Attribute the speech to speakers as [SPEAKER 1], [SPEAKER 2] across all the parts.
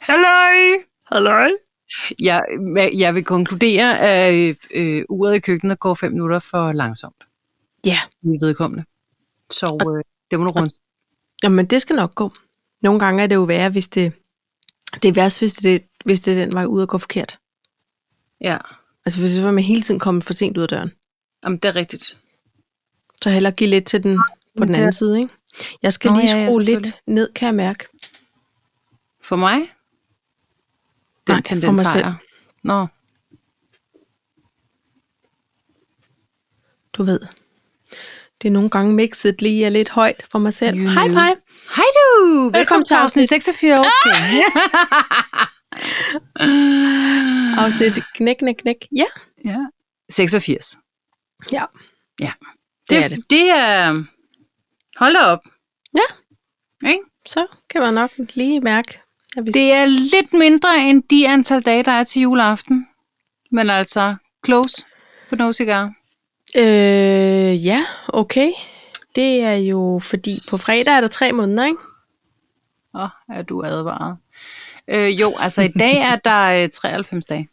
[SPEAKER 1] Halløj! Halløj!
[SPEAKER 2] Jeg, jeg vil konkludere, at øh, øh, uret i køkkenet går fem minutter for langsomt.
[SPEAKER 1] Ja.
[SPEAKER 2] Min vedkommende. Så øh, det må du rundt.
[SPEAKER 1] Jamen, det skal nok gå. Nogle gange er det jo værre, hvis det... Det er værst, hvis det, hvis det er den vej ud og går forkert.
[SPEAKER 2] Ja.
[SPEAKER 1] Altså, hvis det var med hele tiden kommet for sent ud af døren.
[SPEAKER 2] Jamen, det er rigtigt.
[SPEAKER 1] Så heller give lidt til den på den
[SPEAKER 2] det-
[SPEAKER 1] anden side, ikke? Jeg skal
[SPEAKER 2] Nå,
[SPEAKER 1] lige
[SPEAKER 2] ja, ja,
[SPEAKER 1] skrue lidt
[SPEAKER 2] selvfølgelig.
[SPEAKER 1] ned, kan jeg mærke.
[SPEAKER 2] For mig? Den
[SPEAKER 1] Nej, for
[SPEAKER 2] tendens
[SPEAKER 1] mig selv.
[SPEAKER 2] har jeg. Nå,
[SPEAKER 1] Du ved. Det er nogle gange mixet lige er lidt højt for mig selv.
[SPEAKER 2] You
[SPEAKER 1] Hej,
[SPEAKER 2] know.
[SPEAKER 1] hej.
[SPEAKER 2] Hej du! Velkommen, til
[SPEAKER 1] til afsnit
[SPEAKER 2] afsnit Ah! 86.
[SPEAKER 1] Afsnit knæk, knæk, knæk. Ja,
[SPEAKER 2] ja. 86.
[SPEAKER 1] Ja.
[SPEAKER 2] Ja.
[SPEAKER 1] Det
[SPEAKER 2] Det,
[SPEAKER 1] er
[SPEAKER 2] det er det. det er... øhm, Hold da op.
[SPEAKER 1] så kan man nok lige mærke, at vi
[SPEAKER 2] Det er lidt mindre end de antal dage, der er til juleaften. Men altså, close på no cigar.
[SPEAKER 1] Øh, ja, okay. Det er jo fordi, på fredag er der tre måneder, ikke?
[SPEAKER 2] Åh, oh, er du advaret. Øh, jo, altså i dag er der øh, 93 dage.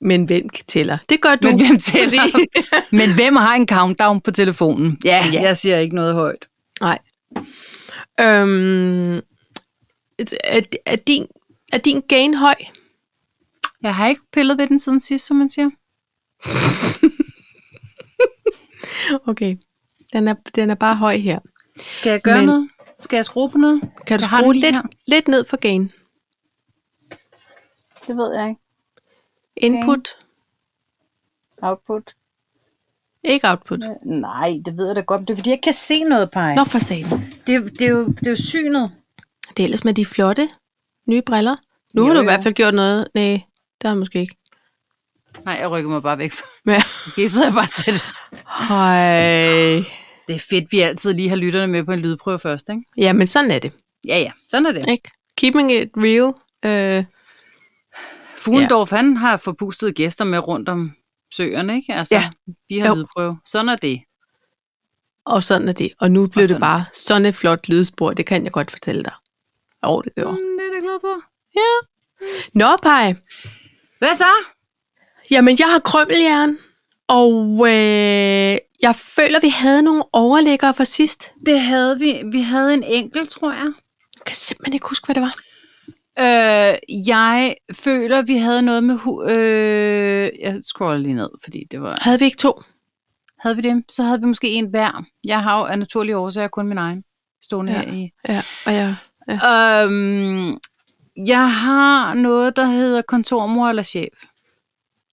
[SPEAKER 1] Men hvem tæller? Det gør du.
[SPEAKER 2] Men hvem tæller?
[SPEAKER 1] Fordi-
[SPEAKER 2] Men hvem har en countdown på telefonen? Ja,
[SPEAKER 1] Ja.
[SPEAKER 2] ja. jeg siger ikke noget højt.
[SPEAKER 1] Nej. Øhm, er, er, din, er din gain høj?
[SPEAKER 2] Jeg har ikke pillet ved den siden sidst, som man siger.
[SPEAKER 1] Okay. Den er, den er bare høj her.
[SPEAKER 2] Skal jeg gøre Men...
[SPEAKER 1] Men-
[SPEAKER 2] noget? Skal jeg skrue på noget?
[SPEAKER 1] Kan du
[SPEAKER 2] Jeg har
[SPEAKER 1] skrue
[SPEAKER 2] den lige
[SPEAKER 1] lidt,
[SPEAKER 2] her.
[SPEAKER 1] lidt ned for gain?
[SPEAKER 2] Det ved jeg ikke.
[SPEAKER 1] Input,
[SPEAKER 2] Output?
[SPEAKER 1] ikke output.
[SPEAKER 2] Nej, det ved jeg da godt. Det er fordi, jeg ikke kan se noget, Paj.
[SPEAKER 1] Nå for satan.
[SPEAKER 2] Det, det, er jo, det er jo synet.
[SPEAKER 1] Det er ellers med de flotte nye briller. Nu jo, har
[SPEAKER 2] Jo,
[SPEAKER 1] du i
[SPEAKER 2] jo.
[SPEAKER 1] hvert fald gjort noget. Nej, det har du måske ikke.
[SPEAKER 2] Nej, jeg rykker mig bare væk. fra-
[SPEAKER 1] Men,
[SPEAKER 2] Måske sidder jeg bare til det.
[SPEAKER 1] høj.
[SPEAKER 2] Det er fedt, vi altid lige har lytterne med på en lydprøve først, ikke?
[SPEAKER 1] Ja, men sådan er det.
[SPEAKER 2] Ja, ja. Sådan er det.
[SPEAKER 1] Ikke? Keeping it real. Øh,
[SPEAKER 2] Fuglendorf, ja. han har forpustede gæster med rundt om søerne, ikke? Altså,
[SPEAKER 1] Ja.
[SPEAKER 2] vi har
[SPEAKER 1] Jo.
[SPEAKER 2] jo. lydprøve. Sådan er det.
[SPEAKER 1] og sådan er det. Og nu blev
[SPEAKER 2] Og
[SPEAKER 1] det
[SPEAKER 2] sådan.
[SPEAKER 1] bare sådan et flot lydspor. Det kan jeg godt fortælle dig. Jo, det
[SPEAKER 2] Mm,
[SPEAKER 1] gjorde.
[SPEAKER 2] det er jeg glad på.
[SPEAKER 1] Nå, Paj.
[SPEAKER 2] Hvad så?
[SPEAKER 1] Jamen, jeg har krømmeljern. Og øh, jeg føler, vi havde nogle overlæggere fra sidst.
[SPEAKER 2] Det havde vi. Vi havde en enkelt, tror jeg.
[SPEAKER 1] Jeg kan simpelthen ikke huske, hvad det var.
[SPEAKER 2] Øh, jeg føler, vi havde noget med... Hu- øh, jeg scroller lige ned, fordi det var...
[SPEAKER 1] Havde vi ikke to?
[SPEAKER 2] Havde vi det, så havde vi måske en hver. Jeg har jo af naturlige årsager kun min egen stående
[SPEAKER 1] Ja.
[SPEAKER 2] ja. her i.
[SPEAKER 1] Ja, og jeg...
[SPEAKER 2] Øhm, jeg har noget, der hedder kontormor eller chef.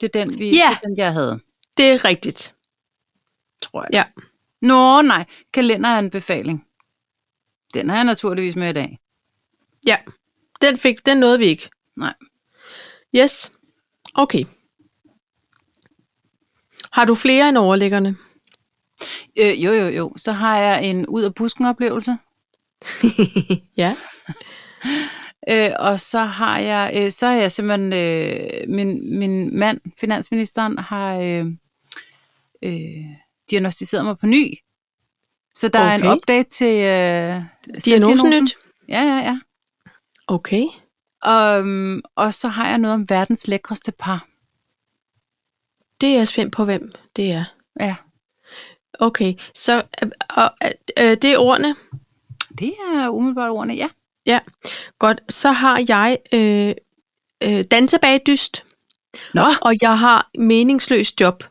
[SPEAKER 2] Det er den, vi,
[SPEAKER 1] Ja.
[SPEAKER 2] det er den jeg havde,
[SPEAKER 1] Det er rigtigt.
[SPEAKER 2] tror jeg.
[SPEAKER 1] Ja.
[SPEAKER 2] Nå, nej. Kalenderanbefaling. Den har jeg naturligvis med i dag.
[SPEAKER 1] Ja. Den, fik, den nåede vi ikke.
[SPEAKER 2] Nej.
[SPEAKER 1] Yes. Okay. Har du flere end overlæggerne?
[SPEAKER 2] Øh, jo, jo, jo. Så har jeg en ud af busken oplevelse.
[SPEAKER 1] ja.
[SPEAKER 2] Øh, og så har jeg, øh, så er jeg simpelthen, øh, min, min mand, finansministeren, har øh, øh, diagnostiseret mig på ny. Så der okay. er en
[SPEAKER 1] Okay.
[SPEAKER 2] update til øh,
[SPEAKER 1] Diagnosen
[SPEAKER 2] selvdiagnosen. Ja, ja, ja.
[SPEAKER 1] Okay.
[SPEAKER 2] Og, øhm, og så har jeg noget om verdens lækreste par.
[SPEAKER 1] Det er jeg spændt på, hvem det er.
[SPEAKER 2] Ja,
[SPEAKER 1] Okay, så øh, og, øh, øh, det er ordene.
[SPEAKER 2] det er umiddelbart ordene, ja.
[SPEAKER 1] Godt, så har jeg øh, øh, dansebagdyst,
[SPEAKER 2] Nå,
[SPEAKER 1] og jeg har meningsløs job.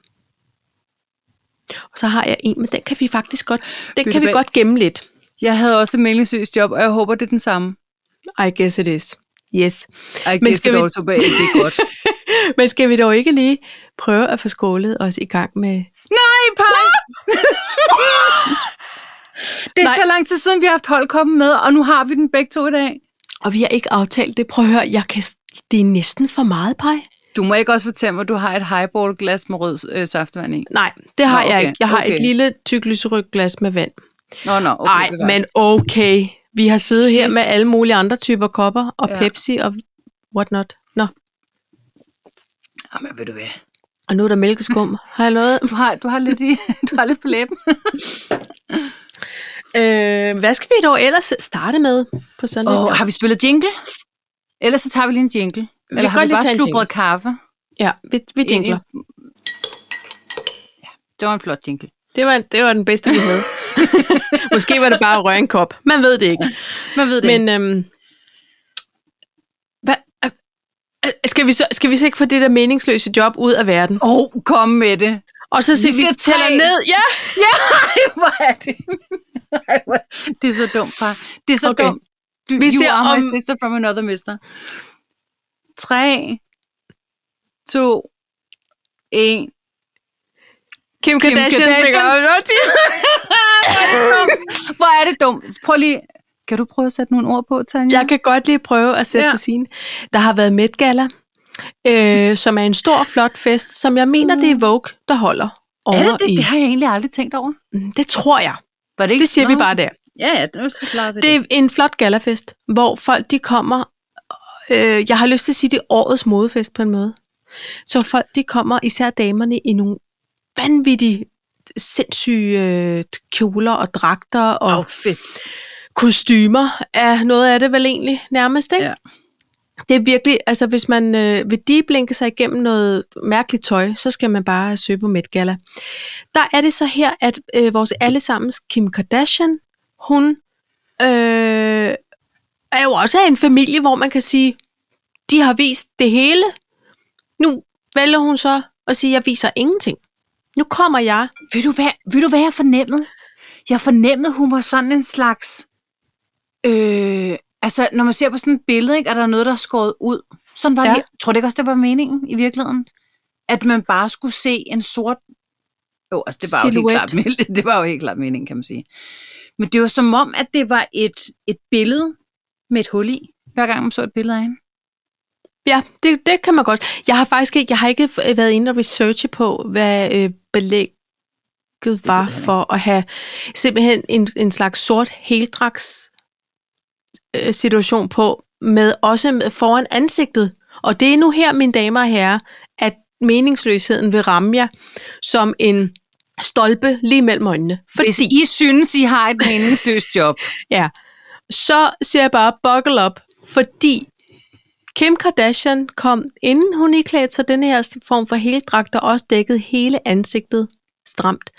[SPEAKER 1] Og så har jeg en, men den kan vi faktisk godt, den
[SPEAKER 2] Bytte
[SPEAKER 1] kan vi
[SPEAKER 2] bag.
[SPEAKER 1] godt gemme lidt.
[SPEAKER 2] jeg havde også et meningsløst job, og jeg håber, det er den samme.
[SPEAKER 1] I guess it is. Yes.
[SPEAKER 2] I
[SPEAKER 1] Men skal vi-
[SPEAKER 2] also bag, det er godt.
[SPEAKER 1] Men skal vi dog ikke lige prøve at få skålet os i gang med...
[SPEAKER 2] Nej, Paj! det er
[SPEAKER 1] Nej.
[SPEAKER 2] Nej. så lang tid siden, vi har haft holdkoppen med, og nu har vi den begge to i dag.
[SPEAKER 1] Og vi har ikke aftalt det. Prøv at høre, jeg kan, det er næsten for meget, Paj.
[SPEAKER 2] Du må ikke også fortælle mig, at du har et highball-glas med rød øh, saftvand i.
[SPEAKER 1] Nej, det
[SPEAKER 2] Nå,
[SPEAKER 1] har Nå, okay, jeg
[SPEAKER 2] okay,
[SPEAKER 1] ikke. Jeg har okay. et
[SPEAKER 2] okay.
[SPEAKER 1] lille tyklysrygglas med vand.
[SPEAKER 2] Nå, nå, okay.
[SPEAKER 1] Nej,
[SPEAKER 2] bevares.
[SPEAKER 1] men okay. Vi har siddet her
[SPEAKER 2] Shit.
[SPEAKER 1] med alle mulige andre typer kopper, og ja.
[SPEAKER 2] Ja.
[SPEAKER 1] Pepsi og what not. Nå,
[SPEAKER 2] Jamen, ved du hvad?
[SPEAKER 1] og nu er der mælkeskum. har jeg noget?
[SPEAKER 2] Du har, du har, lidt, i, du har lidt på læben.
[SPEAKER 1] Øh, hvad skal vi dog ellers starte med på sådan
[SPEAKER 2] Åh,
[SPEAKER 1] oh,
[SPEAKER 2] oh, har vi spillet jingle? Ellers så tager vi lige en jingle.
[SPEAKER 1] Vi
[SPEAKER 2] Eller
[SPEAKER 1] kan
[SPEAKER 2] har vi
[SPEAKER 1] godt lige tage
[SPEAKER 2] bare
[SPEAKER 1] en
[SPEAKER 2] slubret kaffe?
[SPEAKER 1] Ja, vi, vi jingler.
[SPEAKER 2] ind i- Ja, det var en flot jingle.
[SPEAKER 1] Det var, det var den bedste, vi havde. Måske var det bare at røre en kop. Man ved det ikke.
[SPEAKER 2] Man ved det
[SPEAKER 1] Men øhm, hvad, øh, øh, skal, vi så, skal vi så ikke få det der meningsløse job ud af verden?
[SPEAKER 2] Åh, oh, kom med det.
[SPEAKER 1] Og så se, vi,
[SPEAKER 2] siger
[SPEAKER 1] vi tæller
[SPEAKER 2] tre.
[SPEAKER 1] ned. Ja,
[SPEAKER 2] Hvor er det? Ej, hvor- det er så dumt, far. Det er så
[SPEAKER 1] Okay.
[SPEAKER 2] okay. dumt. Du,
[SPEAKER 1] Vi
[SPEAKER 2] vi you
[SPEAKER 1] ser
[SPEAKER 2] are my
[SPEAKER 1] om-
[SPEAKER 2] sister from another mister. 3, 2, 1.
[SPEAKER 1] Kim Kardashian, Kim
[SPEAKER 2] Kardashian.
[SPEAKER 1] Kardashian.
[SPEAKER 2] Hvor er det dumt. Prøv lige... Kan du prøve at sætte nogle ord på, Tanja?
[SPEAKER 1] Jeg kan godt lige prøve at
[SPEAKER 2] Mm.
[SPEAKER 1] sætte
[SPEAKER 2] Ja.
[SPEAKER 1] ja. på sine. Der har været Met Gala, øh, som er en stor, flot fest, som jeg mener, det er Vogue, der holder over
[SPEAKER 2] Mm. er det, det?
[SPEAKER 1] i.
[SPEAKER 2] det har jeg egentlig aldrig tænkt over.
[SPEAKER 1] Mm, Det tror jeg.
[SPEAKER 2] Var det, ikke
[SPEAKER 1] Det siger vi
[SPEAKER 2] Nå.
[SPEAKER 1] bare der.
[SPEAKER 2] Ja, ja, det er så klart.
[SPEAKER 1] Det er en flot galafest, hvor folk de kommer, øh, jeg har lyst til at sige, det er årets modefest på en måde. Så folk de kommer, især damerne, i nogle vanvittige, sindssyge øh, kjoler og dragter og
[SPEAKER 2] Outfits.
[SPEAKER 1] kostymer er noget af det vel egentlig nærmest, ikke?
[SPEAKER 2] Ja.
[SPEAKER 1] Det er virkelig, altså hvis man øh, vil deblinke sig igennem noget mærkeligt tøj, så skal man bare søge på Met Gala. Der er det så her, at øh, vores allesammens Kim Kardashian, hun øh, er jo også af en familie, hvor man kan sige, de har vist det hele. Nu vælger hun så at sige, jeg viser ingenting. Nu kommer jeg.
[SPEAKER 2] Ved du, hvad, ved du, hvad jeg fornemmede? Jeg fornemmede, hun var sådan en slags... Øh, altså, når man ser på sådan et billede, ikke, er der noget, der er skåret ud. Sådan var
[SPEAKER 1] Ja.
[SPEAKER 2] ja. det. Tror du ikke også, det var meningen i virkeligheden? At man bare skulle se en sort... Jo, altså, det var
[SPEAKER 1] Silhouette.
[SPEAKER 2] jo helt klart, men- det var jo helt klart meningen, kan man sige. Men det var som om, at det var et, et billede med et hul i, hver gang man så et billede af hende.
[SPEAKER 1] Ja, det, det kan man godt. Jeg har faktisk ikke, jeg har ikke øh, været inde og researche på, hvad øh, belægget var
[SPEAKER 2] jeg heller
[SPEAKER 1] for at have simpelthen en, en slags sort heldrags øh, situation på, med også med foran ansigtet. Og det er nu her, mine damer og herrer, at meningsløsheden vil ramme jer som en stolpe lige mellem øjnene. Fordi
[SPEAKER 2] Hvis I synes, I har et meningsløst job,
[SPEAKER 1] så siger jeg bare, buckle up, fordi Kim Kardashian kom, inden hun iklædte sig den her form for heldragt, der også dækkede hele ansigtet stramt.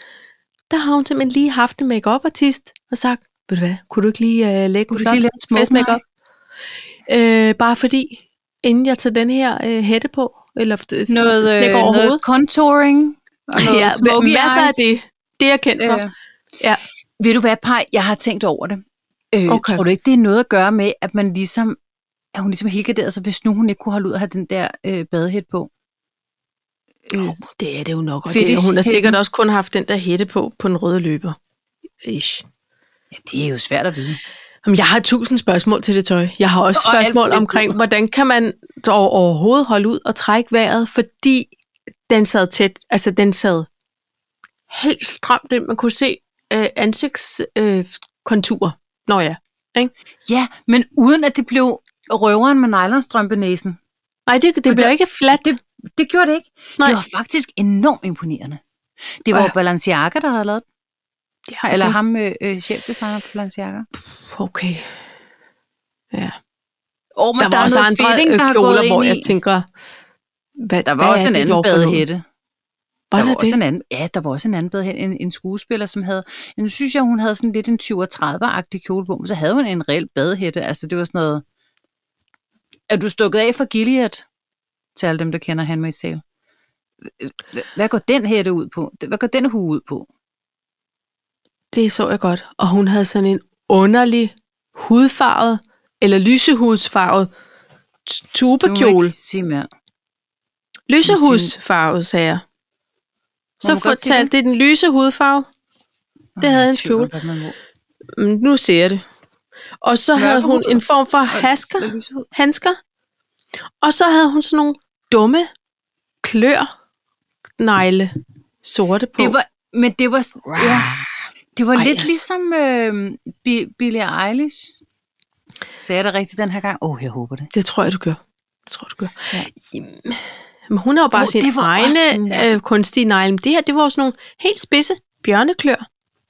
[SPEAKER 1] Der har hun simpelthen lige haft en make artist og sagt, ved du hvad, kunne du ikke lige uh, lægge
[SPEAKER 2] kunne
[SPEAKER 1] en
[SPEAKER 2] du lige
[SPEAKER 1] flot
[SPEAKER 2] lave et smukt
[SPEAKER 1] fest make øh, Bare fordi, inden jeg tager den her øh, hætte på, eller øh,
[SPEAKER 2] noget, øh,
[SPEAKER 1] slikker over
[SPEAKER 2] noget
[SPEAKER 1] hovedet.
[SPEAKER 2] contouring, og noget
[SPEAKER 1] Ja,
[SPEAKER 2] smoky
[SPEAKER 1] masser af
[SPEAKER 2] eyes.
[SPEAKER 1] det. Det er jeg kendt for.
[SPEAKER 2] Øh.
[SPEAKER 1] Ja.
[SPEAKER 2] Ved du hvad, Paj? Jeg har tænkt over det. Øh,
[SPEAKER 1] Okay.
[SPEAKER 2] okay. Tror du ikke, det er noget at gøre med, at man ligesom, at hun ligesom helgarderede sig, hvis nu hun ikke kunne holde ud at have den der øh, badehæt på? Øh,
[SPEAKER 1] Det er det jo nok. Og det,
[SPEAKER 2] Fetish
[SPEAKER 1] hun
[SPEAKER 2] hætten.
[SPEAKER 1] har sikkert også kun haft den der hætte på, på den røde løber. Ish.
[SPEAKER 2] ja, det er jo svært at vide.
[SPEAKER 1] Jamen, jeg har tusind spørgsmål til det tøj. Jeg har også
[SPEAKER 2] Og alt for
[SPEAKER 1] spørgsmål
[SPEAKER 2] lidt
[SPEAKER 1] omkring,
[SPEAKER 2] tid.
[SPEAKER 1] hvordan kan man dog overhovedet holde ud og trække vejret, fordi den sad tæt, altså den sad helt stramt ind. Man kunne se øh, ansigtskonturer. Øh, konturer. Nå ja.
[SPEAKER 2] Ja, men uden at det blev røveren med nylonstrømpenæsen.
[SPEAKER 1] Nej, det, det bliver
[SPEAKER 2] der-
[SPEAKER 1] ikke fladt.
[SPEAKER 2] Det, det gjorde det ikke. Nej.
[SPEAKER 1] Nej.
[SPEAKER 2] Det var faktisk enormt imponerende. Det var
[SPEAKER 1] Ja.
[SPEAKER 2] jo Balenciaga, der havde lavet den.
[SPEAKER 1] ja,
[SPEAKER 2] Eller
[SPEAKER 1] det-
[SPEAKER 2] ham, øh, øh, chefdesigner på Balenciaga.
[SPEAKER 1] Okay. Ja.
[SPEAKER 2] Oh,
[SPEAKER 1] Der, der var også andre øh, kjoler, hvor jeg tænker, hvad,
[SPEAKER 2] Der var
[SPEAKER 1] hvad
[SPEAKER 2] også
[SPEAKER 1] er
[SPEAKER 2] en
[SPEAKER 1] det
[SPEAKER 2] anden
[SPEAKER 1] dog for noget?
[SPEAKER 2] badehætte.
[SPEAKER 1] Var
[SPEAKER 2] der
[SPEAKER 1] der
[SPEAKER 2] var
[SPEAKER 1] det?
[SPEAKER 2] også en anden, ja, der var også en anden bedre en, en skuespiller, som havde, ja, nu synes jeg, hun havde sådan lidt en 20-30-agtig kjole på, men så havde hun en reel badehætte, altså det var sådan noget, er du stukket af fra Gilead? Til alle dem, der kender Handmaid's Tale. Hva- Hvad går den hætte ud på? Hvad går den hue ud på?
[SPEAKER 1] Det så jeg godt. Og hun havde sådan en underlig hudfarvet, eller lysehudsfarvet t-
[SPEAKER 2] Nu må jeg
[SPEAKER 1] tubekjole.
[SPEAKER 2] ikke sige mere.
[SPEAKER 1] Lysehudsfarvet, sagde jeg.
[SPEAKER 2] Må
[SPEAKER 1] Så
[SPEAKER 2] man godt sige
[SPEAKER 1] fortalte det er den lyse hudfarve. Det havde
[SPEAKER 2] Jeg er i
[SPEAKER 1] hendes
[SPEAKER 2] tvivl om,
[SPEAKER 1] kjole.
[SPEAKER 2] hvad man må.
[SPEAKER 1] Mm, nu ser jeg det. Og så havde hun
[SPEAKER 2] Mørkerød.
[SPEAKER 1] en form for
[SPEAKER 2] Og-
[SPEAKER 1] hasker,
[SPEAKER 2] Hvad lyser ud?
[SPEAKER 1] handsker. Og så havde hun sådan nogle dumme klør negle sorte på.
[SPEAKER 2] Det var, men det var, s- ja, det var
[SPEAKER 1] Ej,
[SPEAKER 2] Ej, lidt
[SPEAKER 1] altså.
[SPEAKER 2] ligesom øh, Bi- Billie Eilish. Sagde jeg det rigtigt den her gang? Åh, oh, jeg håber det.
[SPEAKER 1] Det tror jeg, du gør. Det tror jeg, du gør. Ja.
[SPEAKER 2] Ja.
[SPEAKER 1] Jamen, hun har jo bare
[SPEAKER 2] Åh,
[SPEAKER 1] oh, sin
[SPEAKER 2] det var også
[SPEAKER 1] egne
[SPEAKER 2] mærkeligt.
[SPEAKER 1] øh, kunstige negle. Men Det her, det var jo sådan nogle helt spidse bjørneklør.